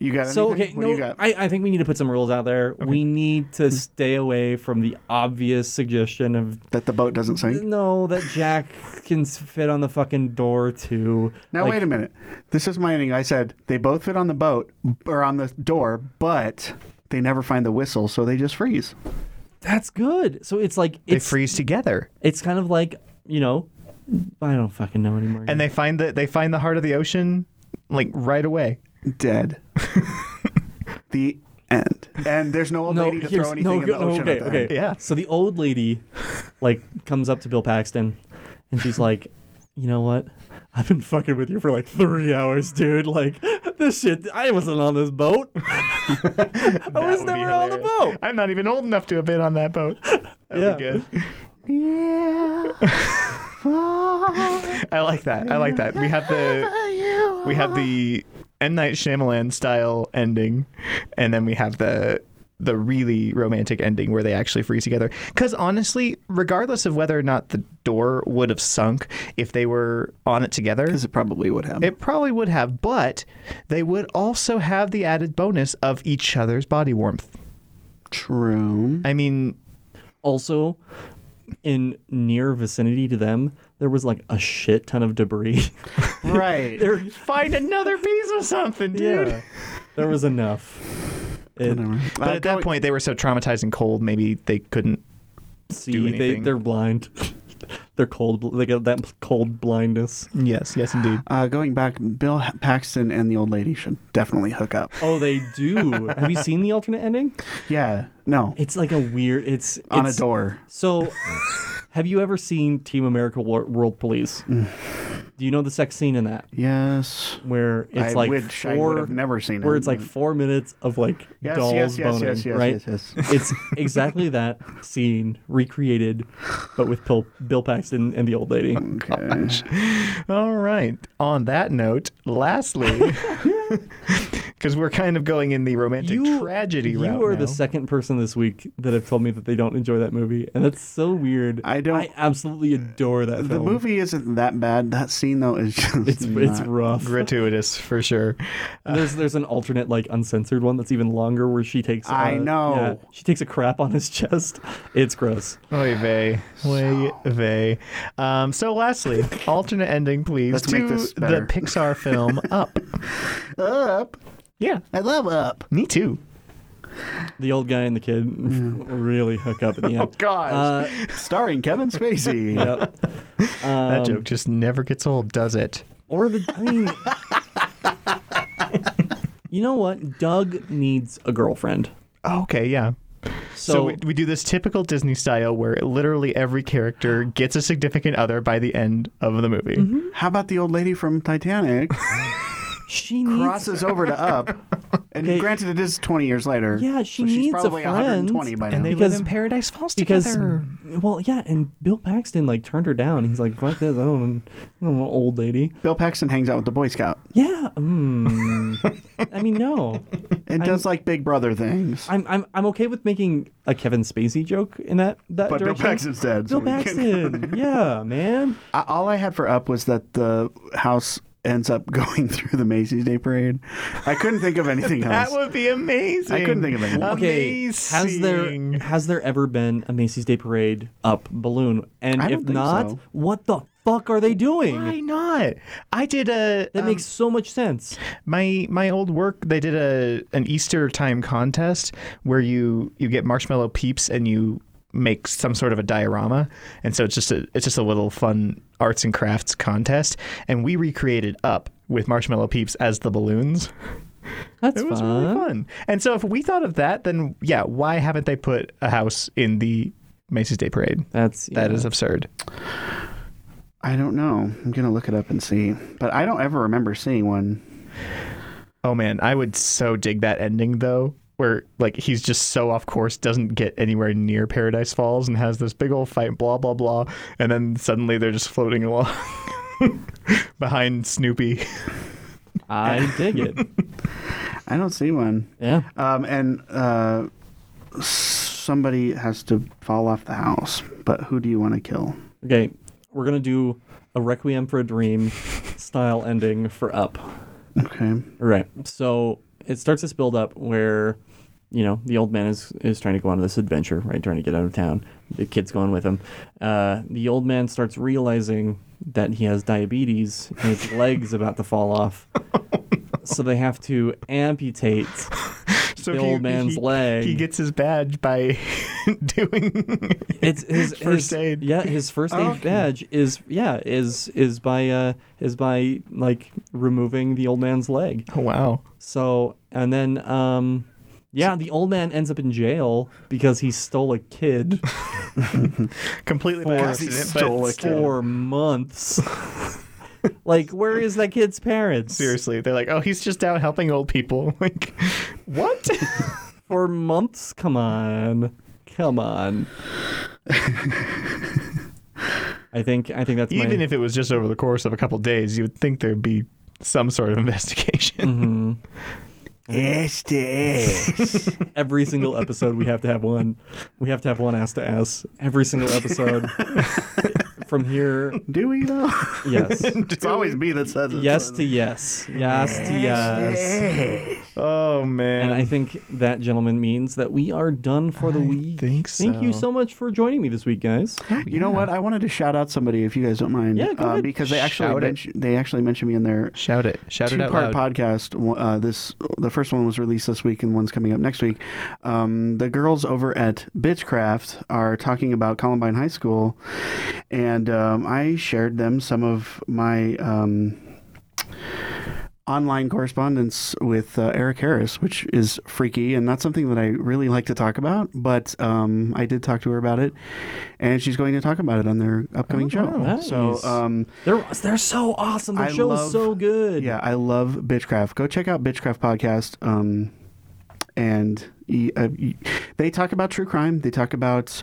You got
So okay,
anything? What do you
no,
got? Hmm.
I, I think we need to put some rules out there. We need to stay away from the obvious suggestion of
that the boat doesn't sink.
no that Jack can s- fit on the fucking door too.
Now
Like,
wait a minute. This is my ending. I said they both fit on the boat or on the door, but they never find the whistle, so they just freeze.
That's good. So it's like
They
it's
freeze together,
it's kind of like you know, I don't fucking know anymore.
and they find the they find the heart of the ocean, like right away.
Dead. the end. And there's no old
no,
lady to
here's-
throw anything
no,
in
no,
the ocean.
okay,
at the
okay.
end.
Yeah.
So the old lady, like, comes up to Bill Paxton, and she's like, "You know what? I've been fucking with you for like three hours, dude. Like, this shit. I wasn't on this boat. I was
would be
never on the
hilarious.
boat.
I'm not even old enough to have been on that boat. That'd
Yeah.
be good. I like that. I like that. We have the we have the M Night Shyamalan style ending, and then we have the the really romantic ending where they actually freeze together. Because honestly, regardless of whether or not the door would have sunk if they were on it together,
Because it probably would have.
it probably would have, but they would also have the added bonus of each other's body warmth.
True.
I mean,
Also, in near vicinity to them, there was like a shit ton of debris.
Right.
there,
find another piece of something, dude.
yeah, there was enough. It,
Uh,
But at that point, they were so traumatized and cold, maybe they couldn't.
see, they,
anything.
they're blind. they're cold. They got that cold blindness.
Yes, yes, indeed.
Uh, going back, Bill Paxton and the old lady should definitely hook up.
Oh, they do. Have you seen the alternate ending?
Yeah. No.
It's like a weird. It's
on a
it's-
door.
So, have you ever seen Team America Wor- World Police?
Mm.
Do you know the sex scene in that
Yes.
where it's
I
like
wish I would
four?
have never seen
where
it.
it's like four minutes of like
Yes,
dolls
yes, yes,
boning,
yes, yes,
right?
yes, yes.
It's exactly that scene recreated, but with Bill, Bill Paxton and the old lady.
Okay.
All right. On that note, lastly, because we're kind of going in the romantic tragedy
you
route
are
now.
the second person this week that have told me that they don't enjoy that movie, and that's so weird.
I don't-
I absolutely adore that
The
film.
movie isn't that bad. That scene though is just
It's it's
not-
rough.
gratuitous for sure.
There's there's an alternate like uncensored one that's even longer where she takes.
I
uh,
know.
yeah, she takes a crap on his chest. It's gross.
Oy vey, oy vey. Um, so, lastly, alternate ending, please,
Let's
to
make this better.
the Pixar film Up.
Up.
Yeah,
I love Up.
me too.
The old guy and the kid
Mm.
really hook up at the end. Oh
gosh.
Starring Kevin Spacey.
yep.
That joke just never gets old, does it?
Or the I mean, you know what? Doug needs a girlfriend.
Oh,
Okay, yeah.
So,
So, we, we do this typical Disney style where literally every character gets a significant other by the end of the movie.
Mm-hmm. How about the old lady from Titanic
she needs
crosses over to Up And
Okay.
granted, it is 20 years later.
Yeah, she
so she's
needs a
probably
friend.
120 by now.
And they
Because-
live in Paradise Falls
because
together.
well yeah and bill paxton like turned her down he's like fuck this i don't want I don't want an old lady
Bill Paxton hangs out with the Boy Scout
yeah mm. i mean no
and does like Big Brother things.
I'm, I'm i'm okay with making a kevin spacey joke in that that
but Bill
direction.
Paxton's dead. so
bill
we can't-
paxton yeah man
I- All I had for up was that the house ends up going through the Macy's Day Parade. I couldn't think of anything
That
else.
would be amazing.
I couldn't think of anything.
okay has there
Amazing.
has there ever been a macy's day parade up balloon and
I don't
if
think
not
so.
what the fuck are they doing
Why not? I did a
that
um,
makes so much sense
my my old work. They did a an Easter time contest where you you get marshmallow peeps and you make some sort of a diorama, and so it's just a it's just a little fun arts and crafts contest, and we recreated up with marshmallow peeps as the balloons.
that's
It was
fun.
really fun. And so if we thought of that, then yeah, why haven't they put a house in the Macy's Day Parade?
that's
That
yeah.
is absurd.
I don't know. I'm gonna look it up and see. But I don't ever remember seeing one.
Oh man, I would so dig that ending though, where like he's just so off course, doesn't get anywhere near Paradise Falls, and has this big old fight, blah blah blah, and then suddenly they're just floating along behind Snoopy.
i dig it
I don't see one.
yeah
Um, and uh, somebody has to fall off the house. But who do you want to kill?
Okay, we're gonna do a Requiem for a Dream style ending for Up.
Okay.
All right. So it starts this build up where, you know, the old man is, is trying to go on this adventure, right? Trying to get out of town. The kid's going with him. Uh, the old man starts realizing that he has diabetes and his leg's about to fall off. So they have to amputate.
So
The old man's
he,
leg.
He gets his badge by doing.
It's his
First
his-
aid.
Yeah, his first aid badge is yeah is is by uh is by like removing the old man's leg.
Oh, wow.
So and then um yeah, the old man ends up in jail because he stole a kid
Completely by
Because he
accident,
stole
but
a
still-
for months. like, where is that kid's parents?
Seriously, they're like, oh, he's just out helping old people. Like, what?
For months? Come on. Come on. I think I think that's my-
Even if it was just over the course of a couple days, you would think there'd be some sort of investigation.
Yes, yes.
every single episode we have to have one we have to have one ass to ass every single episode from here
do we though?
yes
it's always me that says it.
yes to yes yes to yes
Oh man.
and i think that gentleman means that we are done for the week
think
thank you
so.
so much for joining me this week guys
You know what? I wanted to shout out somebody if you guys don't mind.
Yeah, go
uh,
ahead.
because they actually
Shout it.
mentioned, they actually mentioned me in their
shout it. Shout
two part podcast. one- Uh, this the first one was released this week, and one's coming up next week. Um, the girls over at Bitchcraft are talking about Columbine High School, and um, I shared them some of my. Um, Online correspondence with uh, Eric Harris, which is freaky and not something that I really like to talk about, but um, I did talk to her about it, and she's going to talk about it on their
Oh,
upcoming show. So
nice.
um,
they're, they're so awesome the
I
show
love-
is so good
yeah, I love Bitchcraft. Go check out Bitchcraft podcast. Um, and y- uh, y- they talk about true crime. They talk about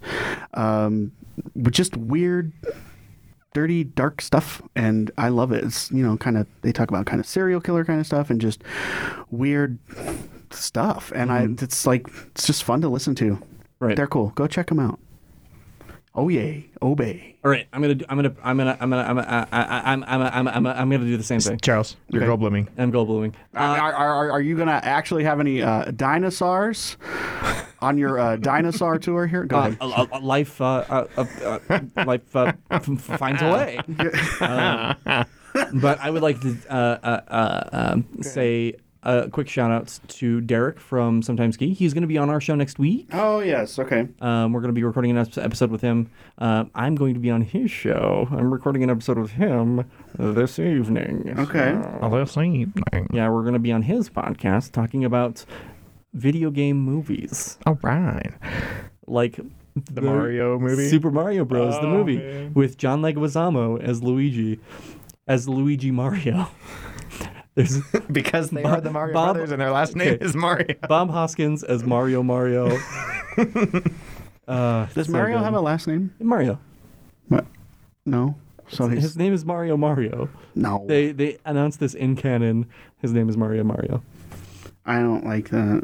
um, just weird, dirty, dark stuff, and I love it. It's you know kind of they talk about kind of serial killer kind of stuff and just weird stuff, and I it's like it's just fun to listen to.
Mm-hmm. right
They're cool. Go check them out. Oh yay, obey.
all right i'm gonna do, i'm gonna i'm gonna i'm gonna i'm gonna i'm i'm i'm, I'm, I'm gonna do the same thing
Charles, you're
Okay.
gold blooming.
i'm gold blooming
Uh, are, are, are, are you gonna actually have any uh, dinosaurs on your uh, dinosaur tour here? Go
uh,
ahead.
uh, uh, life, uh, uh, uh, uh, life uh, f- f- finds a way. Um, but I would like to uh, uh, uh, um, say a quick shout out to Derek from Sometimes Geek. He's going to be on our show next week.
Oh yes, okay.
Um, we're going to be recording an ep- episode with him. Uh, I'm going to be on his show. I'm recording an episode with him this evening.
Okay.
Yeah, we're going to be on his podcast talking about video game movies.
All right.
like
The Mario movie?
Super Mario Bros. the
Oh,
movie
man.
with John Leguizamo as Luigi, as Luigi Mario. There's
because they are
Bob-
the Mario
Bob-
Brothers and their last name
okay.
is Mario.
Bob Hoskins as Mario Mario. uh,
Does
so
Mario
good.
have a last name?
Mario?
What? No. So he's
His name is Mario Mario.
no.
They they announced this in canon. His name is Mario Mario.
I don't like that.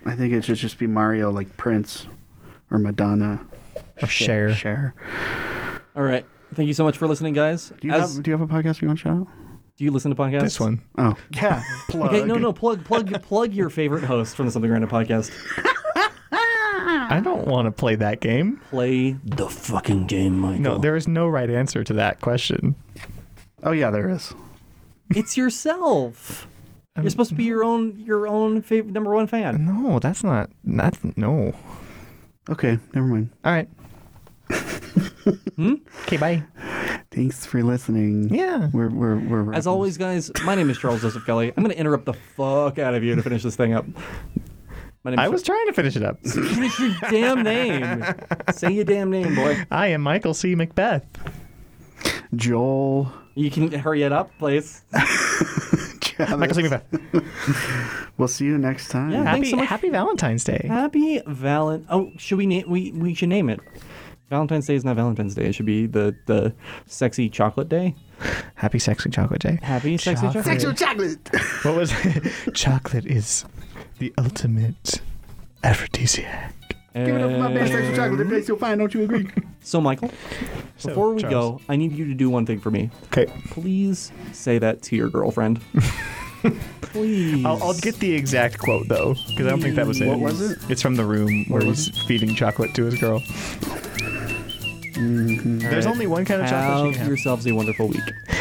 I think it should just be Mario, like Prince or Madonna.
Oh, Share.
Cher.
All right. Thank you so much for listening, guys.
Do you,
As-
have, do you have a podcast you want to shout out?
do you listen to podcasts?
This one.
Oh. Yeah. Plug.
Okay, no, no, plug, plug, plug your favorite host from the Something Random podcast.
I don't want to play that game.
Play the fucking game, Michael.
No, there is no right answer to that question.
Oh, yeah, there is.
it's yourself. You're supposed to be your own, your own favorite number one fan.
No, that's not. That's no.
Okay, never mind.
All right.
Hmm?
Okay, bye.
Thanks for listening.
Yeah.
We're, we're, we're
As always, guys, my name is Charles Joseph Kelly. I'm gonna interrupt the fuck out of you to finish this thing up. My name is
I was trying to finish it up.
Finish your damn name. Say your damn name, boy.
I am Michael C. Macbeth.
Joel.
You can hurry it up, please. Oh,
Michael C. Macbeth.
We'll see you next time.
Yeah. Thanks
Happy,
so much.
happy Valentine's Day.
Happy Valent. Oh, should we name? We we should name it. Valentine's Day is not Valentine's Day. It should be the the sexy chocolate day.
Happy Sexy Chocolate Day.
Happy sexy chocolate.
Sexual chocolate.
What was Chocolate is the ultimate aphrodisiac.
Give it up for my best sexual
And-
chocolate. It tastes so fine, don't you agree?
So, Michael, before we go, I need you to do one thing for me.
Okay.
Please say that to your girlfriend. Please.
I'll, I'll get the exact quote though, because I don't think that was it.
What was it?
It's from the room where he's feeding chocolate to his girl. There's
right.
only one kind of chocolate.
Have
she can have.
yourselves a wonderful week.